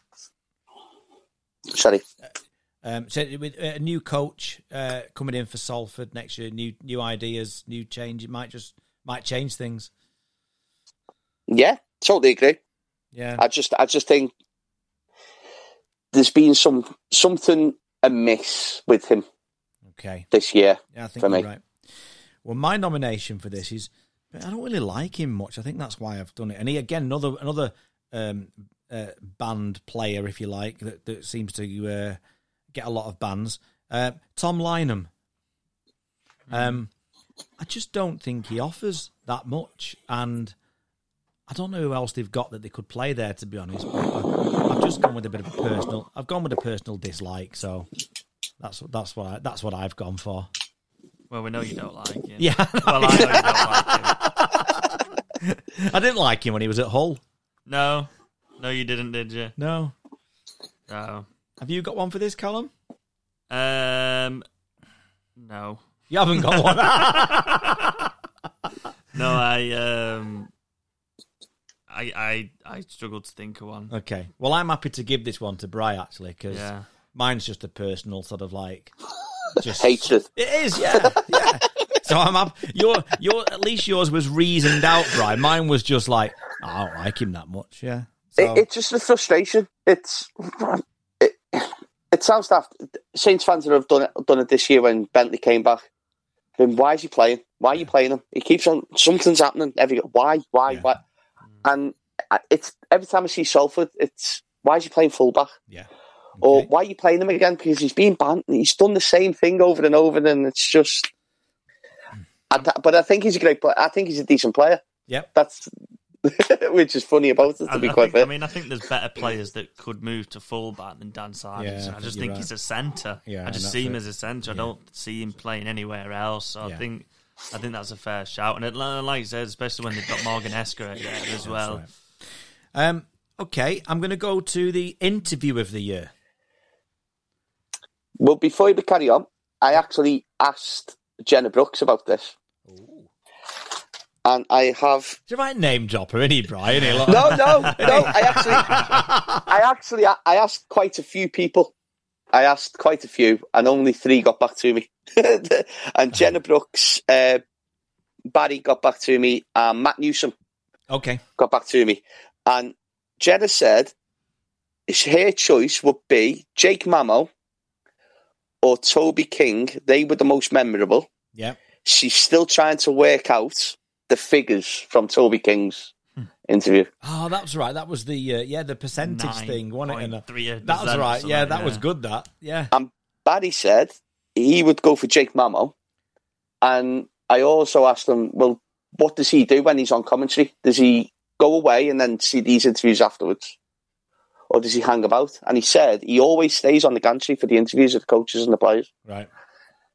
Speaker 3: sorry.
Speaker 2: Um, so with a new coach uh, coming in for Salford next year, new new ideas, new change, it might just might change things.
Speaker 3: Yeah, totally agree.
Speaker 2: Yeah,
Speaker 3: I just I just think there's been some something amiss with him
Speaker 2: okay.
Speaker 3: this year.
Speaker 2: Yeah, I think
Speaker 3: for
Speaker 2: you're
Speaker 3: me.
Speaker 2: right. Well, my nomination for this is I don't really like him much. I think that's why I've done it. And he again another another um, uh, band player, if you like, that, that seems to uh, get a lot of bans. Uh, Tom Lynham. Um, I just don't think he offers that much, and I don't know who else they've got that they could play there. To be honest, But I- I've just gone with a bit of a personal. I've gone with a personal dislike, so that's that's what I, that's what I've gone for.
Speaker 1: Well, we know you don't like him.
Speaker 2: Yeah,
Speaker 1: Well, I know you don't like him.
Speaker 2: I didn't like him when he was at Hull.
Speaker 1: No. No, you didn't, did you? Oh.
Speaker 2: No.
Speaker 1: No.
Speaker 2: Have you got one for this, Callum?
Speaker 1: Um, no.
Speaker 2: You haven't got one.
Speaker 1: No, I um, I I I struggled to think of one.
Speaker 2: okay. Well, I'm happy to give this one to Bry actually because
Speaker 1: Yeah,
Speaker 2: mine's just a personal sort of like just
Speaker 3: Hatred.
Speaker 2: It is, yeah, yeah. So I'm up. Your your at least yours was reasoned out, Bry. Mine was just like I don't like him that much. Yeah. So,
Speaker 3: It, it's just the frustration. It's it, it sounds daft. Saints fans would have done it done it this year when Bentley came back. Then why is he playing? Why are you playing him? He keeps on something's happening. Every why why
Speaker 2: Yeah.
Speaker 3: why, and I- it's every time I see Salford, it's why is he playing fullback?
Speaker 2: yeah.
Speaker 3: Or
Speaker 2: Okay.
Speaker 3: why are you playing him again? Because he's been banned. and He's done the same thing over and over, and it's just. I
Speaker 1: Hmm.
Speaker 3: th- but I think he's a great player. I think he's a decent player.
Speaker 2: Yep.
Speaker 3: That's which is funny about it. To
Speaker 1: I,
Speaker 3: be
Speaker 1: I
Speaker 3: quite
Speaker 1: think, I
Speaker 3: fair,
Speaker 1: mean, I think there's better players that could move to fullback than Dan Simons.
Speaker 2: Yeah, I
Speaker 1: I
Speaker 2: think
Speaker 1: just
Speaker 2: you're
Speaker 1: think
Speaker 2: right.
Speaker 1: he's a centre.
Speaker 2: Yeah,
Speaker 1: I
Speaker 2: and
Speaker 1: just
Speaker 2: that's
Speaker 1: see him
Speaker 2: it.
Speaker 1: as a centre.
Speaker 2: Yeah.
Speaker 1: I don't see him playing anywhere else. So
Speaker 2: Yeah.
Speaker 1: I think I think that's a fair shout. And it, like I said, especially when they've got Morgan Esker out there as well.
Speaker 2: right. Um. Okay. I'm going to go to the interview of the year.
Speaker 3: Well, before we carry on, I actually asked Jenna Brooks about this, and I have
Speaker 2: It's a right name dropper, isn't he, Brian? He
Speaker 3: no, no, no. I actually, I actually, I asked quite a few people. I asked quite a few, and only three got back to me. and Jenna Brooks, uh, Barry got back to me, and Matt Newsom
Speaker 2: Okay.
Speaker 3: got back to me. And Jenna said sh- her choice would be Jake Mamo or Toby King. They were the most memorable.
Speaker 2: Yeah.
Speaker 3: She's still trying to work out the figures from Toby King's interview.
Speaker 2: Oh, that's right. That was the uh, yeah the percentage
Speaker 1: Nine
Speaker 2: thing, wasn't it? And, uh,
Speaker 1: point three or
Speaker 2: That was
Speaker 1: something,
Speaker 2: right. Yeah, that was
Speaker 1: yeah.
Speaker 2: good. That yeah.
Speaker 3: Barry said he would go for Jake Mamo. And I also asked him, well, what does he do when he's on commentary? Does he go away and then see these interviews afterwards? Or does he hang about? And he said he always stays on the gantry for the interviews of the coaches and the players.
Speaker 2: Right.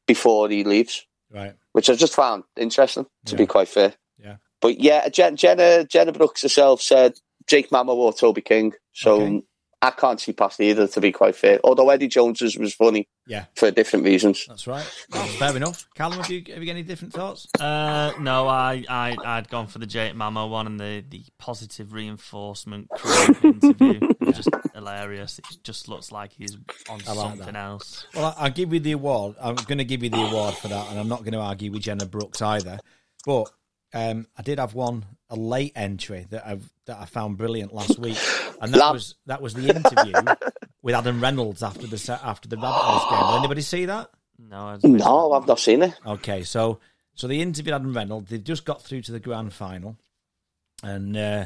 Speaker 3: before he leaves,
Speaker 2: Right.
Speaker 3: which I just found interesting, to be
Speaker 2: Yeah.
Speaker 3: quite fair.
Speaker 2: Yeah.
Speaker 3: But yeah, Jen, Jenna, Jenna Brooks herself said Jake Mama or Toby King. So
Speaker 2: Okay.
Speaker 3: I can't see past either, to be quite fair. Although Eddie Jones was, was funny
Speaker 2: Yeah.
Speaker 3: for different reasons.
Speaker 2: That's right. That's fair enough. Callum, have you have you got any different thoughts?
Speaker 1: Uh, no, I, I, I'd gone for the Jake Mamo one and the, the positive reinforcement crew interview. It was just hilarious. It just looks like he's on
Speaker 2: I like
Speaker 1: something
Speaker 2: that.
Speaker 1: else.
Speaker 2: Well, I- I'll give you the award. I'm going to give you the award for that, and I'm not going to argue with Jenna Brooks either. But um, I did have one a late entry that I that I found brilliant last week, and that
Speaker 3: Love.
Speaker 2: was that was the interview with Adam Reynolds after the se- after the Rabbit Holes game. Did anybody see that?
Speaker 1: No, I
Speaker 3: No, I've not seen it.
Speaker 2: Okay, so so they interviewed Adam Reynolds. They've just got through to the grand final, and uh,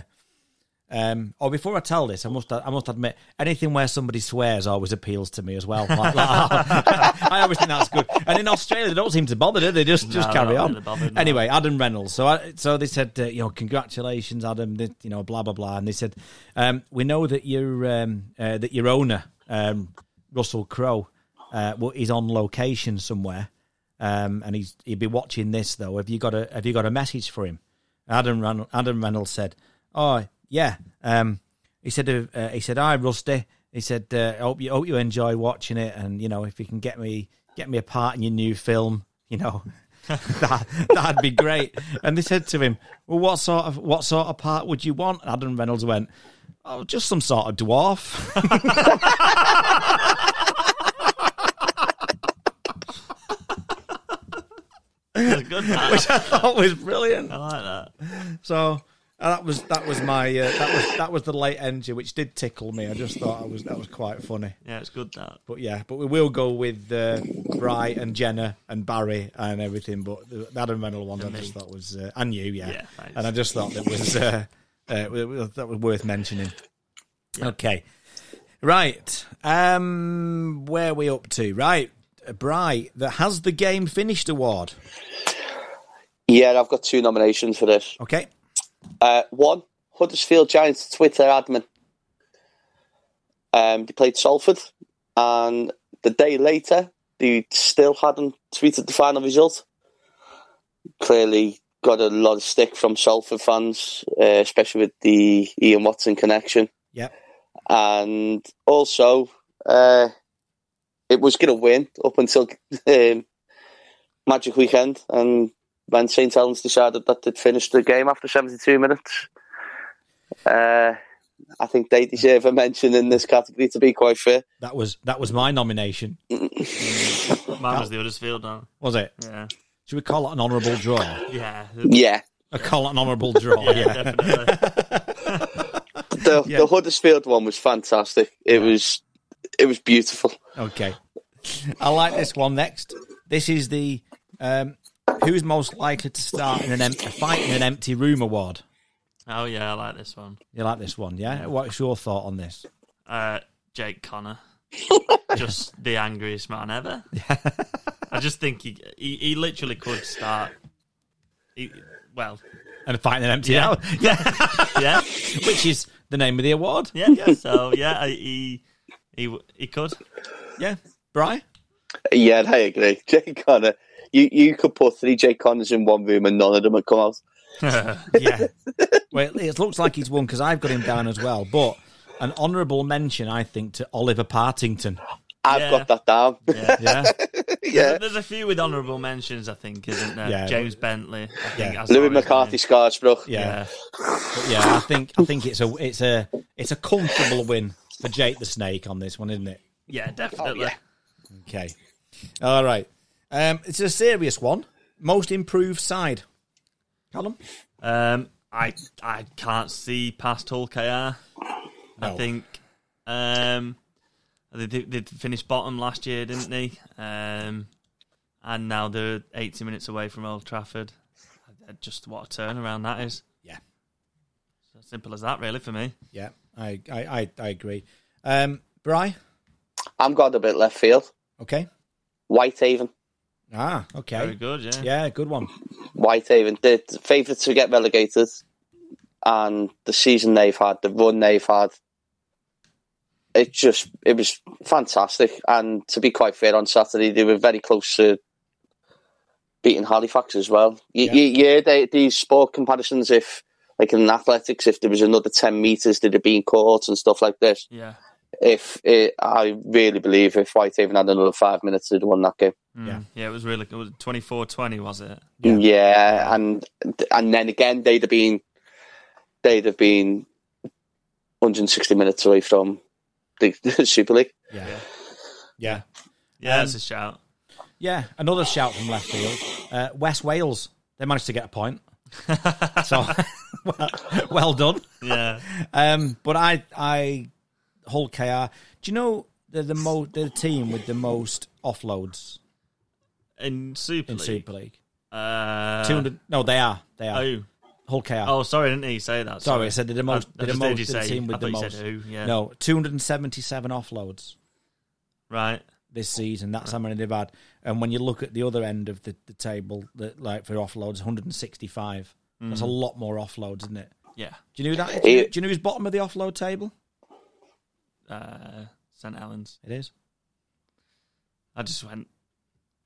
Speaker 2: um, oh, before I tell this, I must I must admit anything where somebody swears always appeals to me as well. Like- like- I always think that's good. And in Australia, they don't seem to bother, do they? They just just
Speaker 1: No,
Speaker 2: carry
Speaker 1: they're not
Speaker 2: on.
Speaker 1: really bothered, no.
Speaker 2: anyway, Adam Reynolds. So I, so they said, uh, you know, congratulations, Adam. th- you know, blah blah blah. And they said, um, we know that your um, uh, that your owner um, Russell Crowe uh, well, is on location somewhere, um, and he's he'd be watching this though. Have you got a Have you got a message for him? Adam Ran- Adam Reynolds said, "Oh yeah." Um, he said, uh, uh, "He said, hi Rusty." He said, uh, "I hope you hope you enjoy watching it, and you know if you can get me get me a part in your new film, you know." that that'd be great. And they said to him, "Well, what sort of what sort of part would you want?" And Adam Reynolds went, "Oh, just some sort of dwarf."
Speaker 1: That's good. I,
Speaker 2: Which I thought was brilliant.
Speaker 1: I like that.
Speaker 2: So uh, that was that was my uh, that was that was the late entry, which did tickle me. I just thought I was that was quite funny.
Speaker 1: Yeah, it's good that.
Speaker 2: But yeah, but we will go with uh, Bry and Jenna and Barry and everything. But the Adam Reynolds one, I just thought was uh, and you, yeah,
Speaker 1: Yeah, thanks.
Speaker 2: and I just thought that was uh, uh, w- w- that was worth mentioning. Okay, right, um, where are we up to? Right, uh, Bry, the has the game finished award.
Speaker 3: Yeah, I've got two nominations for this.
Speaker 2: Okay,
Speaker 3: Uh, one, Huddersfield Giants Twitter admin. Um, they played Salford, and the day later, they still hadn't tweeted the final result. Clearly, got a lot of stick from Salford fans, uh, especially with the Ian Watson connection.
Speaker 2: Yep.
Speaker 3: And also, uh, it was going to win up until um, Magic Weekend, and when St Helens decided that they'd finished the game after 72 minutes. Uh, I think they deserve a mention in this category, to be quite fair.
Speaker 2: that was that was my nomination,
Speaker 1: Mine was the Huddersfield one.
Speaker 2: was it?
Speaker 1: Yeah.
Speaker 2: Should we call it an honourable draw?
Speaker 1: Yeah.
Speaker 3: Yeah.
Speaker 2: A call it an honourable draw.
Speaker 1: Yeah,
Speaker 2: yeah.
Speaker 1: definitely.
Speaker 3: The,
Speaker 2: Yeah.
Speaker 3: the Huddersfield one was fantastic. It was it was beautiful.
Speaker 2: Okay. I like this one next. This is the um, who's most likely to start in an em- a fight in an empty room award.
Speaker 1: Oh, yeah, I like this one.
Speaker 2: You like this one, yeah? What's your thought on this?
Speaker 1: Uh, Jake Connor. just the angriest man ever. I just think he, he, he literally could start. He, well,
Speaker 2: And fight in an empty
Speaker 1: Yeah.
Speaker 2: house, yeah,
Speaker 1: yeah,
Speaker 2: which is the name of the award.
Speaker 1: yeah, yeah. So yeah, I- he he he could.
Speaker 2: Yeah, Bry.
Speaker 3: Yeah, I agree. Jay Connor. You you could put three Jay Connors in one room and none of them would come out.
Speaker 2: Yeah. Well, it looks like he's won because I've got him down as well. But an honourable mention, I think, to Oliver Partington.
Speaker 3: I've
Speaker 1: Yeah.
Speaker 3: got that down.
Speaker 1: Yeah.
Speaker 2: Yeah,
Speaker 3: yeah.
Speaker 1: There's a few with honourable mentions, I think, isn't there?
Speaker 2: Yeah.
Speaker 1: James Bentley, I think. I saw
Speaker 3: Louis
Speaker 1: his name.
Speaker 3: McCarthy Scarsbrook.
Speaker 1: Yeah.
Speaker 2: yeah, But yeah. I think I think it's a it's a it's a comfortable win for Jake the Snake on this one, isn't it?
Speaker 1: yeah, definitely.
Speaker 3: yeah.
Speaker 2: Okay. All right. Um, it's a serious one. Most improved side. Callum?
Speaker 1: Um, I I can't see past Hull KR. I
Speaker 2: No.
Speaker 1: think um, they, they they finished bottom last year, didn't they? Um, and now they're 80 minutes away from Old Trafford. I- I Just what a turnaround that is.
Speaker 2: Yeah.
Speaker 1: So simple as that, really, for me.
Speaker 2: Yeah, I I, I, I agree. Um, Bry?
Speaker 3: I'm got a bit left field.
Speaker 2: Okay.
Speaker 3: Whitehaven.
Speaker 2: Ah,
Speaker 1: Very
Speaker 2: okay.
Speaker 1: good, yeah.
Speaker 2: Yeah, good one.
Speaker 3: Whitehaven did favourites to get relegated, and the season they've had, the run they've had, it just it was fantastic. And to be quite fair, on Saturday they were very close to beating Halifax as well. You,
Speaker 2: Yeah.
Speaker 3: yeah, you, hear they, these sport comparisons. If like in athletics, if there was another ten meters, they'd have been caught and stuff like this.
Speaker 1: Yeah.
Speaker 3: If it, I really believe if Whitehaven had another five minutes, they'd have won that game.
Speaker 1: Mm.
Speaker 2: Yeah.
Speaker 1: Yeah. it was really good. 24 20, was it?
Speaker 2: Yeah.
Speaker 3: Yeah. and and then again, they'd have been they'd have been 160 minutes away from the, the Super League.
Speaker 2: Yeah.
Speaker 1: Yeah.
Speaker 2: Yeah.
Speaker 1: Yeah,
Speaker 2: Um,
Speaker 1: that's a shout.
Speaker 2: Yeah. Another shout from left field. Uh, West Wales. They managed to get a point. So well, well done.
Speaker 1: Yeah.
Speaker 2: Um, but I, I, Hull KR. Do you know they're the mo- they're the team with the most offloads
Speaker 1: In Super
Speaker 2: in
Speaker 1: League.
Speaker 2: Super League?
Speaker 1: Uh,
Speaker 2: Two hundred? no, they are. They are.
Speaker 1: Oh,
Speaker 2: Hull KR.
Speaker 1: oh, sorry, didn't he say that?
Speaker 2: Sorry, I said they're the most.
Speaker 1: I
Speaker 2: they're the
Speaker 1: just heard you
Speaker 2: most. they're the
Speaker 1: say-
Speaker 2: team
Speaker 1: I
Speaker 2: with the
Speaker 1: thought you
Speaker 2: most.
Speaker 1: said who, yeah.
Speaker 2: No, two hundred and seventy-seven offloads
Speaker 1: Right.
Speaker 2: this season. That's how many they've had. And when you look at the other end of the, the table, that like for offloads, one hundred and sixty-five. That's a lot more offloads, isn't it?
Speaker 1: Mm. Yeah.
Speaker 2: Do you know that? Do you,
Speaker 3: It-
Speaker 2: do you know who's bottom of the offload table?
Speaker 1: Uh, St. Helens.
Speaker 2: It is.
Speaker 1: I just went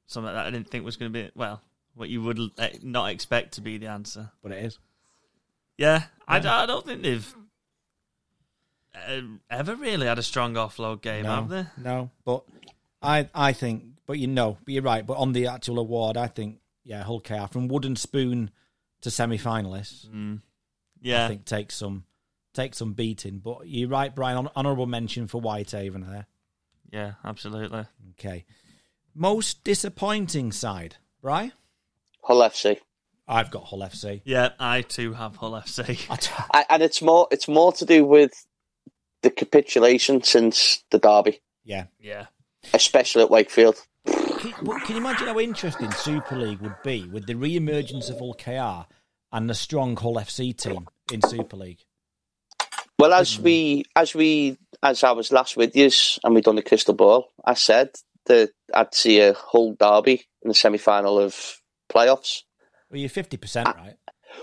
Speaker 1: something like that. I didn't think was going to be well. What you would eh, not expect to be the answer.
Speaker 2: But it is.
Speaker 1: Yeah, I, d- I don't think they've uh, ever really had a strong offload game,
Speaker 2: No,
Speaker 1: have they?
Speaker 2: No, but I I think, but you know, but you're right. But on the actual award, I think yeah, Hull KR from wooden spoon to semi finalists, I
Speaker 1: Yeah,
Speaker 2: think takes some takes some beating. But you're right, Brian. Hon- honourable mention for Whitehaven there.
Speaker 1: yeah, absolutely.
Speaker 2: Okay, most disappointing side, Brian.
Speaker 3: Hull FC.
Speaker 2: I've got Hull FC.
Speaker 1: Yeah, I too have Hull FC.
Speaker 2: I t-
Speaker 3: I, and it's more it's more to do with the capitulation since the derby,
Speaker 2: yeah,
Speaker 1: Yeah,
Speaker 3: especially at Wakefield.
Speaker 2: can, but can you imagine how interesting Super League would be with the re-emergence of Hull KR and the strong Hull FC team in Super League?
Speaker 3: Well, as we as we as I was last with you and we done the crystal ball, I said that I'd see a Hull derby in the semi final of playoffs.
Speaker 2: Well, you're fifty percent right.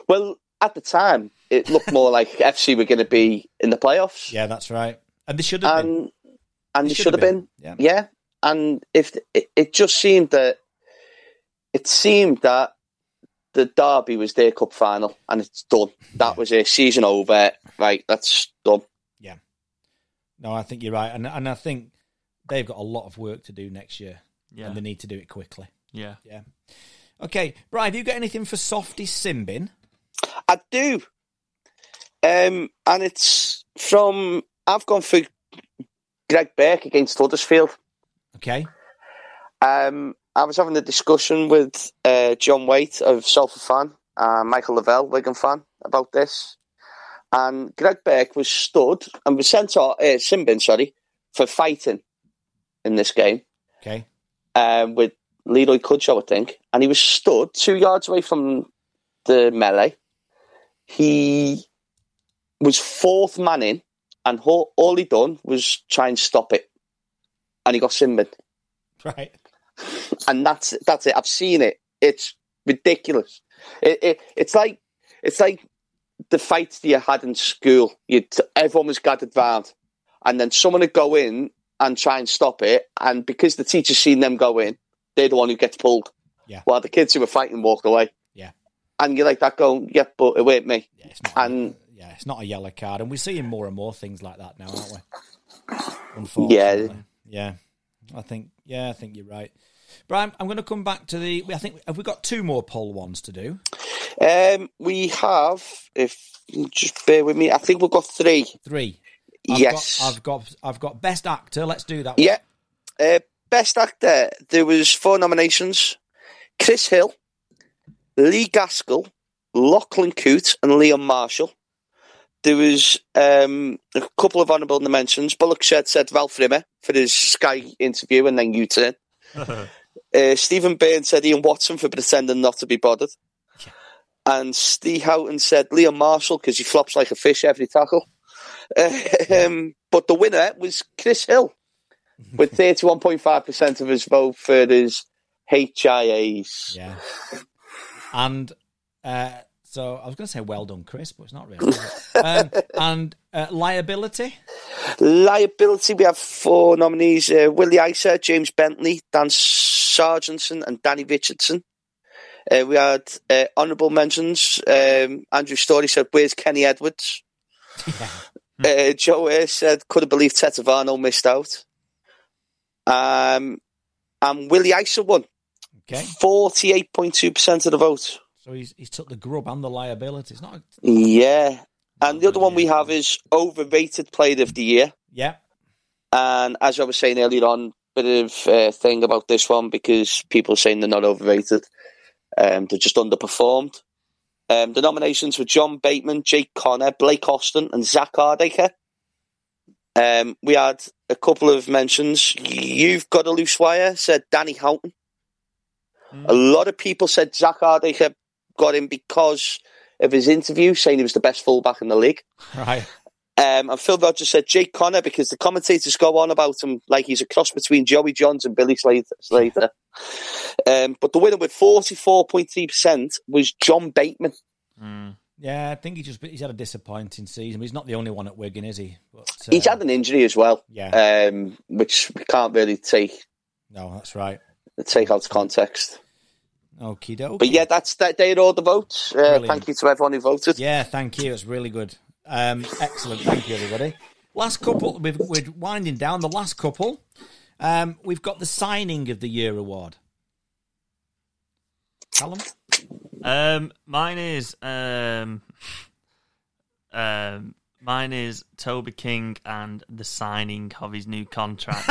Speaker 3: Well, at the time, it looked more like FC were going to be in the playoffs,
Speaker 2: Yeah, that's right. And they should have been.
Speaker 3: and and Um, they should have been.
Speaker 2: Yeah.
Speaker 3: yeah and if it, it just seemed that it seemed that the derby was their cup final and it's done that was it season over right that's done
Speaker 2: No, I think you're right, and and I think they've got a lot of work to do next year,
Speaker 1: yeah,
Speaker 2: and they need to do it quickly.
Speaker 1: yeah.
Speaker 2: Okay, Brian, have you got anything for Softy Simbin?
Speaker 3: i do um and it's from i've gone for greg burke against huddersfield
Speaker 2: Okay,
Speaker 3: Um, I was having a discussion with uh, John Waite of Salford fan, uh, Michael Lavelle, Wigan fan, about this. And Greg Burke was stood and was sent off, uh, Simbin, sorry, for fighting in this game
Speaker 2: okay,
Speaker 3: um, with Leroy Cudshaw, I think. And he was stood two yards away from the melee. He was fourth man in, and all, all he done was try and stop it. And he got Simbin
Speaker 2: right.
Speaker 3: and that's that's it. I've seen it. It's ridiculous. It, it it's like it's like the fights that you had in school. You everyone was gathered round, and then someone would go in and try and stop it, and because the teacher's seen them go in, they're the one who gets pulled.
Speaker 2: Yeah.
Speaker 3: While the kids who were fighting walked away.
Speaker 2: Yeah.
Speaker 3: And you're like that going, yeah, but it weren't me.
Speaker 2: Yeah, it's not.
Speaker 3: And-
Speaker 2: yeah, it's not a yellow card, and we're seeing more and more things like that now, aren't we? Unfortunately, yeah, yeah. I think, yeah, I think you're right, Brian. I'm going to come back to the. I think have we got two more poll ones to do?
Speaker 3: Um, we have, if just bear with me, I think we've got 3
Speaker 2: Three. I've
Speaker 3: yes.
Speaker 2: got, I've got, I've got best actor. Let's do that. one.
Speaker 3: Yeah. Uh, best actor, there was four nominations. Chris Hill, Lee Gaskell, Lachlan Coote and Liam Marshall. There was um, a couple of honourable mentions. Bullock said, said Ralph Rimmer for his Sky interview and then U-turn. Uh, Stephen Byrne said Ian Watson for pretending not to be bothered. And Steve Houghton said Liam Marshall because he flops like a fish every tackle. Um, but the winner was Chris Hill with 31.5% of his vote for his HIAs.
Speaker 2: Yeah. And uh, so I was going to say, well done, Chris, but it's not really. is it? um, and uh, liability.
Speaker 3: Liability, we have four nominees uh, Willie Isa, James Bentley, Dan Sargentson, and Danny Richardson. Uh, we had uh, honourable mentions. Um, Andrew Story said, "Where's Kenny Edwards?" uh, Joe Ayres said, "Couldn't believe Tetavano missed out." Um, and Willie Isa won
Speaker 2: Okay,
Speaker 3: forty-eight point two percent of the vote.
Speaker 2: so he's he's took the grub and the liability. It's not. A,
Speaker 3: Yeah, and the other one we have is overrated player of the year.
Speaker 2: yeah,
Speaker 3: And as I was saying earlier on, bit of uh, thing about this one because people are saying they're not overrated. Um, they're just underperformed. Um, the nominations were John Bateman, Jake Connor, Blake Austin, and Zach Hardacre. Um, we had a couple of mentions. You've got a loose wire, said Danny Houghton. A lot of people said Zach Hardacre got him because of his interview, saying he was the best fullback in the league.
Speaker 2: right.
Speaker 3: Um, and Phil Rogers said Jake Connor because the commentators go on about him like he's a cross between Joey Johns and Billy Slater. Slater. um, but the winner with 44.3% was John Bateman.
Speaker 1: Mm.
Speaker 2: Yeah, I think he just he's had a disappointing season. He's not the only one at Wigan, is he? But, uh,
Speaker 3: He's had an injury as well,
Speaker 2: Yeah,
Speaker 3: um, which we can't really take
Speaker 2: no, that's right.
Speaker 3: take out of context.
Speaker 2: Okie doke.
Speaker 3: But yeah, that's that. They had all the votes. Uh,
Speaker 2: Brilliant.
Speaker 3: thank you to everyone who voted.
Speaker 2: Yeah, thank you. It's really good. Um, excellent. Thank you, everybody. Last couple, we've, we're winding down. The last couple, um, we've got the signing of the year award. Callum?
Speaker 1: Um, mine is um, um, mine is Toby King and the signing of his new contract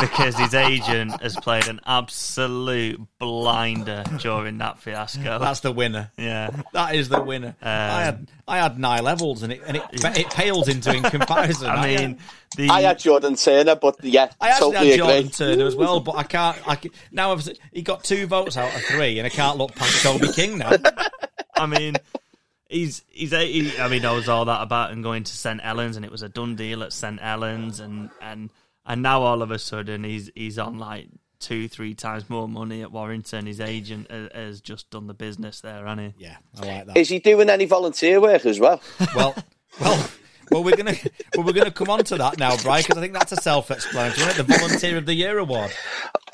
Speaker 1: because his agent has played an absolute blinder during that fiasco.
Speaker 2: That's the winner.
Speaker 1: yeah,
Speaker 2: That is the winner.
Speaker 1: Um,
Speaker 2: I had I had Nile Evans, and it and it, it pales into in comparison. uh,
Speaker 1: I mean the
Speaker 3: I had Jordan Turner, but yeah,
Speaker 2: I actually
Speaker 3: totally
Speaker 2: had Jordan
Speaker 3: agree.
Speaker 2: Turner as well, but I can't. I can, now I've, he got two votes out of three, and I can't look past Toby King now.
Speaker 1: I mean, he's he's. a- He, I mean, I was all that about him going to St Helens, and it was a done deal at St Helens, and and and now all of a sudden he's he's on like two three times more money at Warrington. His agent has, has just done the business there, hasn't he?
Speaker 2: Yeah, I like that.
Speaker 3: Is he doing any volunteer work as well?
Speaker 2: Well, well, well, we're gonna well, we're gonna come on to that now, Brian, because I think that's a self-explanatory. isn't it? The Volunteer of the Year award.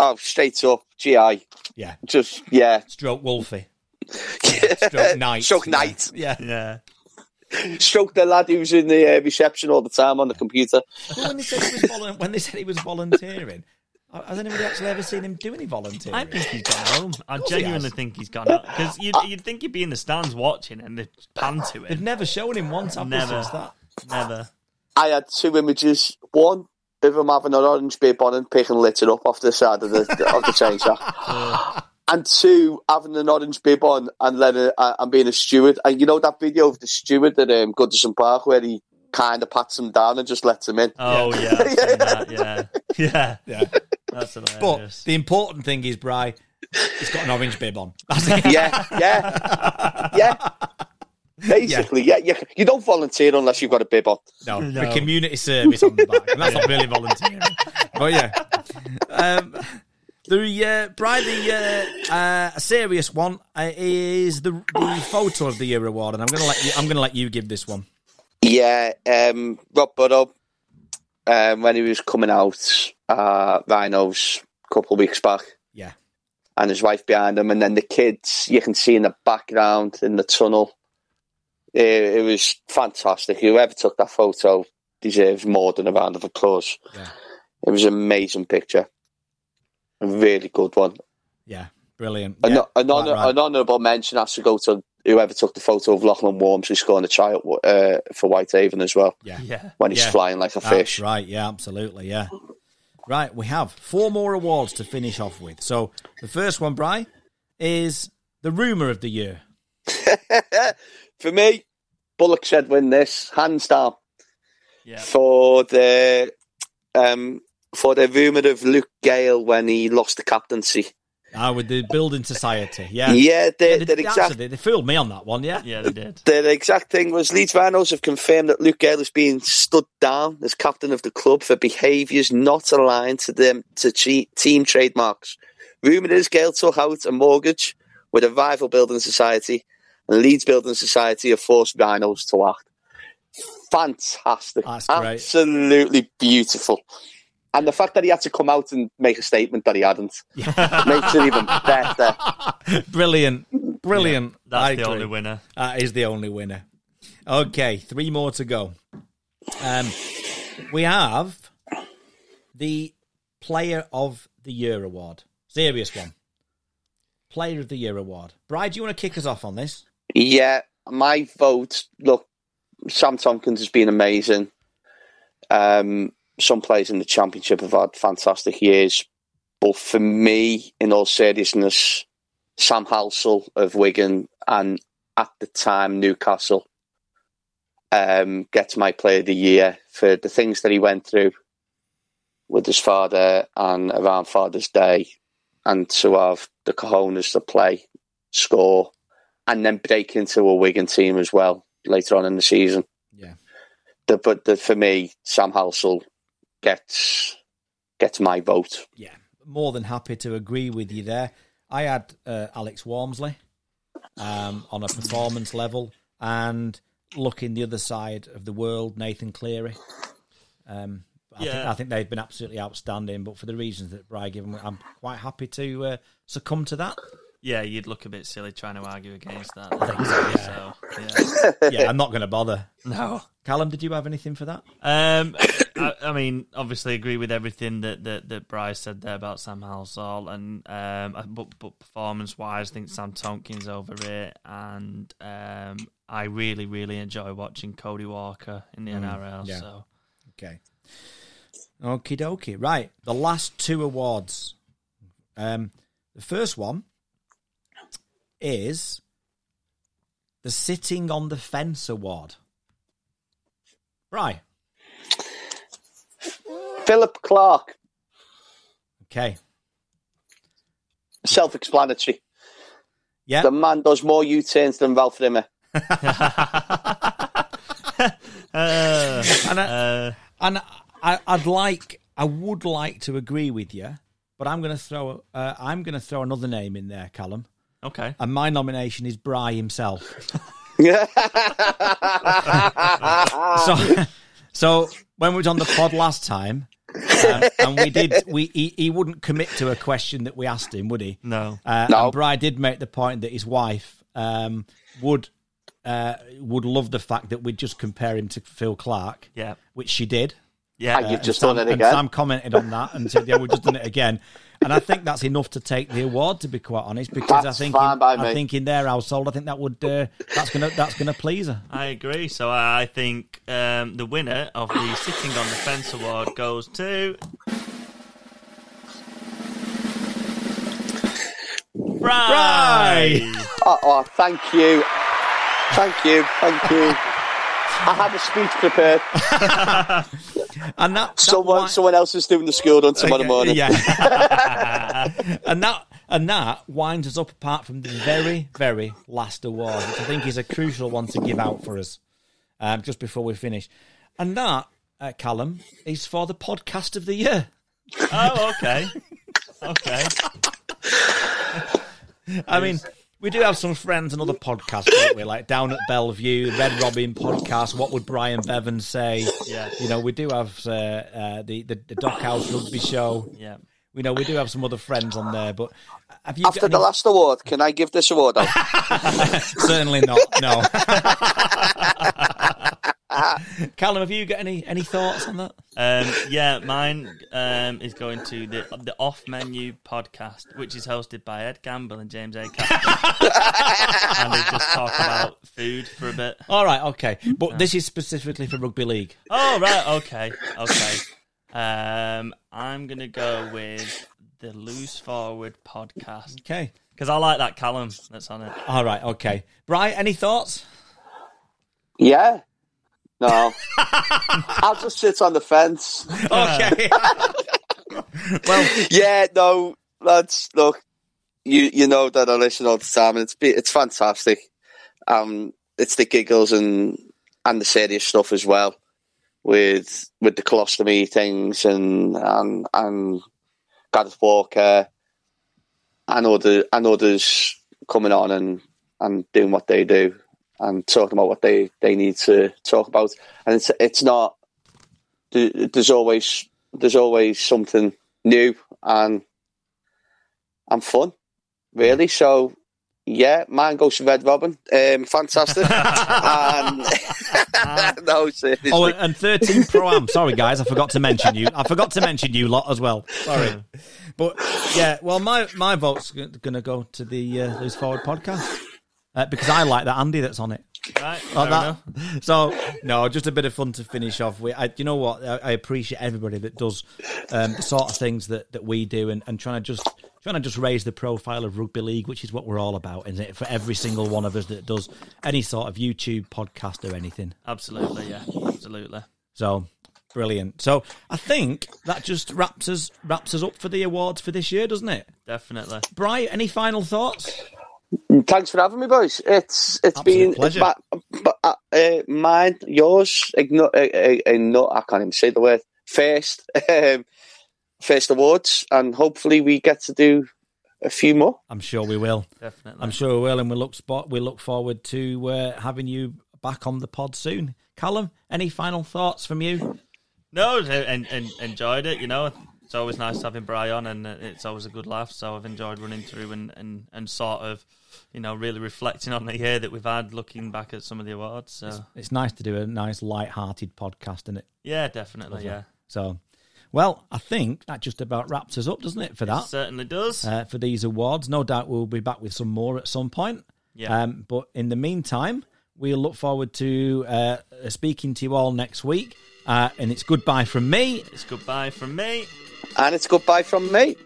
Speaker 3: Oh, straight up, GI.
Speaker 2: Yeah,
Speaker 3: Just yeah,
Speaker 2: stroke Wolfie, stroke Knight,
Speaker 3: Uh, Stroke
Speaker 2: Yeah.
Speaker 3: Knight.
Speaker 2: Yeah,
Speaker 1: Yeah.
Speaker 3: stroke the lad who's in the uh, reception all the time on the computer.
Speaker 2: Well, when they said he was volu- when they said he was volunteering, has anybody actually ever seen him do any volunteering?
Speaker 1: I think he's gone home. I
Speaker 2: he
Speaker 1: genuinely
Speaker 2: has.
Speaker 1: think he's gone home because you'd, you'd think he'd be in the stands watching and they'd pan to
Speaker 2: They've
Speaker 1: him.
Speaker 2: never shown him once. have they,
Speaker 1: Never.
Speaker 2: since that.
Speaker 1: Never.
Speaker 3: I had two images. One of him having an orange beer bonnet and picking lit it up off the side of the of the train track. And two, having an orange bib on and then a, a- and being a steward. And you know that video of the steward at um, Goodison Park where he kind of pats him down and just lets him in.
Speaker 1: Oh yeah, I've seen that, yeah, yeah,
Speaker 2: Yeah,
Speaker 1: That's
Speaker 2: but
Speaker 1: hilarious.
Speaker 2: the important thing is, Bry, he's got an orange bib on. That's it.
Speaker 3: Yeah, yeah, yeah. Basically, yeah. yeah, You don't volunteer unless you've got a bib on.
Speaker 2: No,
Speaker 1: No.
Speaker 2: the community service on the back. And that's not really volunteering. But Oh, yeah. Um, the uh, Brian, the uh, uh, a serious one uh, is the, the photo of the year award, and I'm gonna let you. I'm gonna let you give this one.
Speaker 3: Yeah, um, Rob Burrow, um, when he was coming out uh, Rhinos a couple of weeks back,
Speaker 2: Yeah,
Speaker 3: and his wife behind him, and then the kids you can see in the background in the tunnel. It, it was fantastic. Whoever took that photo deserves more than a round of applause.
Speaker 2: Yeah.
Speaker 3: It was an amazing picture, a really good one.
Speaker 2: yeah, brilliant.
Speaker 3: An,
Speaker 2: Yeah,
Speaker 3: an,
Speaker 2: quite
Speaker 3: honor,
Speaker 2: right.
Speaker 3: an honourable mention has to go to whoever took the photo of Lachlan Worms, who's scoring a try at Wa- uh, for Whitehaven as well
Speaker 2: yeah,
Speaker 1: yeah,
Speaker 3: when he's
Speaker 2: Yeah.
Speaker 3: flying like a
Speaker 2: That's
Speaker 3: fish.
Speaker 2: right. Yeah, absolutely. Yeah. Right, we have four more awards to finish off with. So the first one, Bry, is the rumor of the year.
Speaker 3: For me, Bullock said win this hands down
Speaker 1: yeah.
Speaker 3: for the um, for the rumour of Luke Gale when he lost the captaincy.
Speaker 2: Ah, with the building society. Yeah,
Speaker 3: Yeah, the,
Speaker 2: They,
Speaker 3: the
Speaker 2: they-
Speaker 3: exact
Speaker 2: actually, they fooled me on that one. Yeah,
Speaker 1: Yeah, they did.
Speaker 3: the exact thing was Leeds Rhinos have confirmed that Luke Gale is being stood down as captain of the club for behaviours not aligned to them to che- team trademarks. Rumoured is Gale took out a mortgage with a rival building society, and Leeds Building Society have forced Rhinos to act. Fantastic,
Speaker 2: That's great.
Speaker 3: absolutely beautiful. And the fact that he had to come out and make a statement that he hadn't makes it even better.
Speaker 2: Brilliant. Brilliant.
Speaker 1: That's
Speaker 2: I
Speaker 1: the
Speaker 2: agree.
Speaker 1: only winner.
Speaker 2: That is the only winner. Okay, three more to go. Um, we have the Player of the Year award. Serious one. Player of the Year award. Bride, do you want to kick us off on this?
Speaker 3: Yeah, my vote. Look, Sam Tompkins has been amazing. Um, some players in the championship have had fantastic years, but for me, in all seriousness, Sam Halsell of Wigan and at the time Newcastle um, gets my Player of the Year for the things that he went through with his father and around Father's Day, and to have the cojones to play, score, and then break into a Wigan team as well later on in the season.
Speaker 2: Yeah.
Speaker 3: The, but the, for me, Sam Halsell gets gets my vote.
Speaker 2: Yeah. More than happy to agree with you there. I had uh, Alex Wormsley um, on a performance level and looking the other side of the world, Nathan Cleary. Um, I, think,
Speaker 1: Yeah.
Speaker 2: I think they've been absolutely outstanding, but for the reasons that Bry given, I'm quite happy to uh, succumb to that.
Speaker 1: Yeah, you'd look a bit silly trying to argue against that. So, yeah.
Speaker 2: Yeah, I'm not going to bother.
Speaker 1: No.
Speaker 2: Callum, did you have anything for that?
Speaker 1: Um, I, I mean, obviously, agree with everything that that, that Bryce said there about Sam Halsall, and um, I- but but performance wise, I think Sam Tompkins over it, and um, I really really enjoy watching Cody Walker in the NRL.
Speaker 2: Mm, yeah.
Speaker 1: So
Speaker 2: Okay. Okie dokie. Right. The last two awards. Um, the first one is the Sitting on the Fence Award. Right.
Speaker 3: Philip Clark,
Speaker 2: Okay.
Speaker 3: self-explanatory.
Speaker 2: Yeah.
Speaker 3: The man does more U-turns than Ralph Rimmer.
Speaker 1: uh,
Speaker 2: And, I,
Speaker 1: uh,
Speaker 2: and I, I'd like, I would like to agree with you, but I'm going to throw, uh, I'm going to throw another name in there, Callum.
Speaker 1: okay,
Speaker 2: And my nomination is Bry himself.
Speaker 3: yeah,
Speaker 2: so, so when we was on the pod last time, um, and we did, we he, he wouldn't commit to a question that we asked him, would he?
Speaker 1: no,
Speaker 2: Uh,
Speaker 3: No.
Speaker 2: And Bry did make the point that his wife um, would uh, would love the fact that we'd just compare him to Phil Clark,
Speaker 1: yeah,
Speaker 2: which she did.
Speaker 1: yeah,
Speaker 3: you've just
Speaker 2: Sam,
Speaker 3: done it
Speaker 2: and
Speaker 3: again.
Speaker 2: Sam commented on that and said, "Yeah, we've just done it again." And I think that's enough to take the award, to be quite honest, because
Speaker 3: That's
Speaker 2: I think
Speaker 3: fine
Speaker 2: in,
Speaker 3: by
Speaker 2: I
Speaker 3: me.
Speaker 2: think in their household, I think that would uh, that's gonna that's gonna please her.
Speaker 1: I agree. So I I think um, the winner of the Sitting on the Fence award goes to Bryce.
Speaker 3: oh, oh, thank you, thank you, thank you. I had a speech prepared.
Speaker 2: And that
Speaker 3: Someone, someone else is doing the school run tomorrow morning.
Speaker 2: Yeah. and that and that winds us up apart from the very, very last award, which I think is a crucial one to give out for us um, just before we finish. And that, uh, Callum, is for the podcast of the year.
Speaker 1: Oh, okay, okay.
Speaker 2: I mean, we do have some friends and other podcasts, don't we? Like Down at Bellevue, the Red Robin podcast, What Would Brian Bevan Say?
Speaker 1: Yeah.
Speaker 2: You know, we do have uh, uh, the, the, the Dockhouse Rugby Show.
Speaker 1: Yeah.
Speaker 2: You know, we do have some other friends on there, but have you got
Speaker 3: After
Speaker 2: any-
Speaker 3: the last award, can I give this award out?
Speaker 2: Certainly not. No. Callum, have you got any any thoughts on that?
Speaker 1: Um, yeah, mine um, is going to the the off menu podcast, which is hosted by Ed Gamble and James A. Cassidy. and they just talk about food for a bit.
Speaker 2: All right, okay, but this is specifically for rugby league.
Speaker 1: Oh right, okay, okay. Um, I'm gonna go with the Loose Forward podcast
Speaker 2: Okay.
Speaker 1: because I like that Callum that's on it.
Speaker 2: All right, okay. Brian, any thoughts?
Speaker 3: Yeah. No. I'll just sit on the fence.
Speaker 2: Okay. well,
Speaker 3: Yeah, no, lads, look, you you know that I listen all the time and it's be, it's fantastic. Um it's the giggles and and the serious stuff as well with with the colostomy things and and and Gareth Walker and other and others coming on and, and doing what they do and talking about what they, they need to talk about. And it's it's not there- there's always there's always something new and and fun, really. So yeah, mine goes to Red Robin. Um, fantastic. and, no, seriously.
Speaker 4: Oh, and- and 13 Pro Am. Sorry, guys, I forgot to mention you. I forgot to mention you lot as well.
Speaker 2: Sorry, but yeah. Well, my my vote's going to go to the uh, Lose Forward podcast uh, because I like that Andy that's on it.
Speaker 1: Right, fair
Speaker 2: Like
Speaker 1: enough.
Speaker 2: Oh, that. So no, just a bit of fun to finish off with. I, you know what? I, I appreciate everybody that does um, the sort of things that, that we do, and, and trying to just trying to just raise the profile of rugby league, which is what we're all about, isn't it? For every single one of us that does any sort of YouTube podcast or anything.
Speaker 1: Absolutely, yeah, absolutely.
Speaker 2: So brilliant. So I think that just wraps us wraps us up for the awards for this year, doesn't it?
Speaker 1: Definitely.
Speaker 2: Bry, any final thoughts?
Speaker 3: Thanks for having me, boys. It's it's
Speaker 2: Absolute
Speaker 3: been
Speaker 2: pleasure.
Speaker 3: But, but, uh, uh, mine, yours, igno- uh, uh, uh, no, I can't even say the word. First, um, first awards, and hopefully we get to do a few more.
Speaker 2: I'm sure we will.
Speaker 1: Definitely.
Speaker 2: I'm sure we will, and we look spot. We look forward to uh, having you back on the pod soon. Callum, any final thoughts from you?
Speaker 1: No, and, and enjoyed it. You know, it's always nice having Bri on, and it's always a good laugh. So I've enjoyed running through and, and, and sort of, you know, really reflecting on the year that we've had, looking back at some of the awards. So
Speaker 2: It's nice to do a nice light-hearted podcast, isn't it?
Speaker 1: yeah, definitely, yeah,
Speaker 2: So, well, I think that just about wraps us up, doesn't it, for that?
Speaker 1: certainly does.
Speaker 2: uh, for these awards. No doubt we'll be back with some more at some point.
Speaker 1: Yeah.
Speaker 2: Um, but in the meantime, we'll look forward to uh, speaking to you all next week. Uh, and it's goodbye from me.
Speaker 1: it's goodbye from me.
Speaker 3: And it's goodbye from me.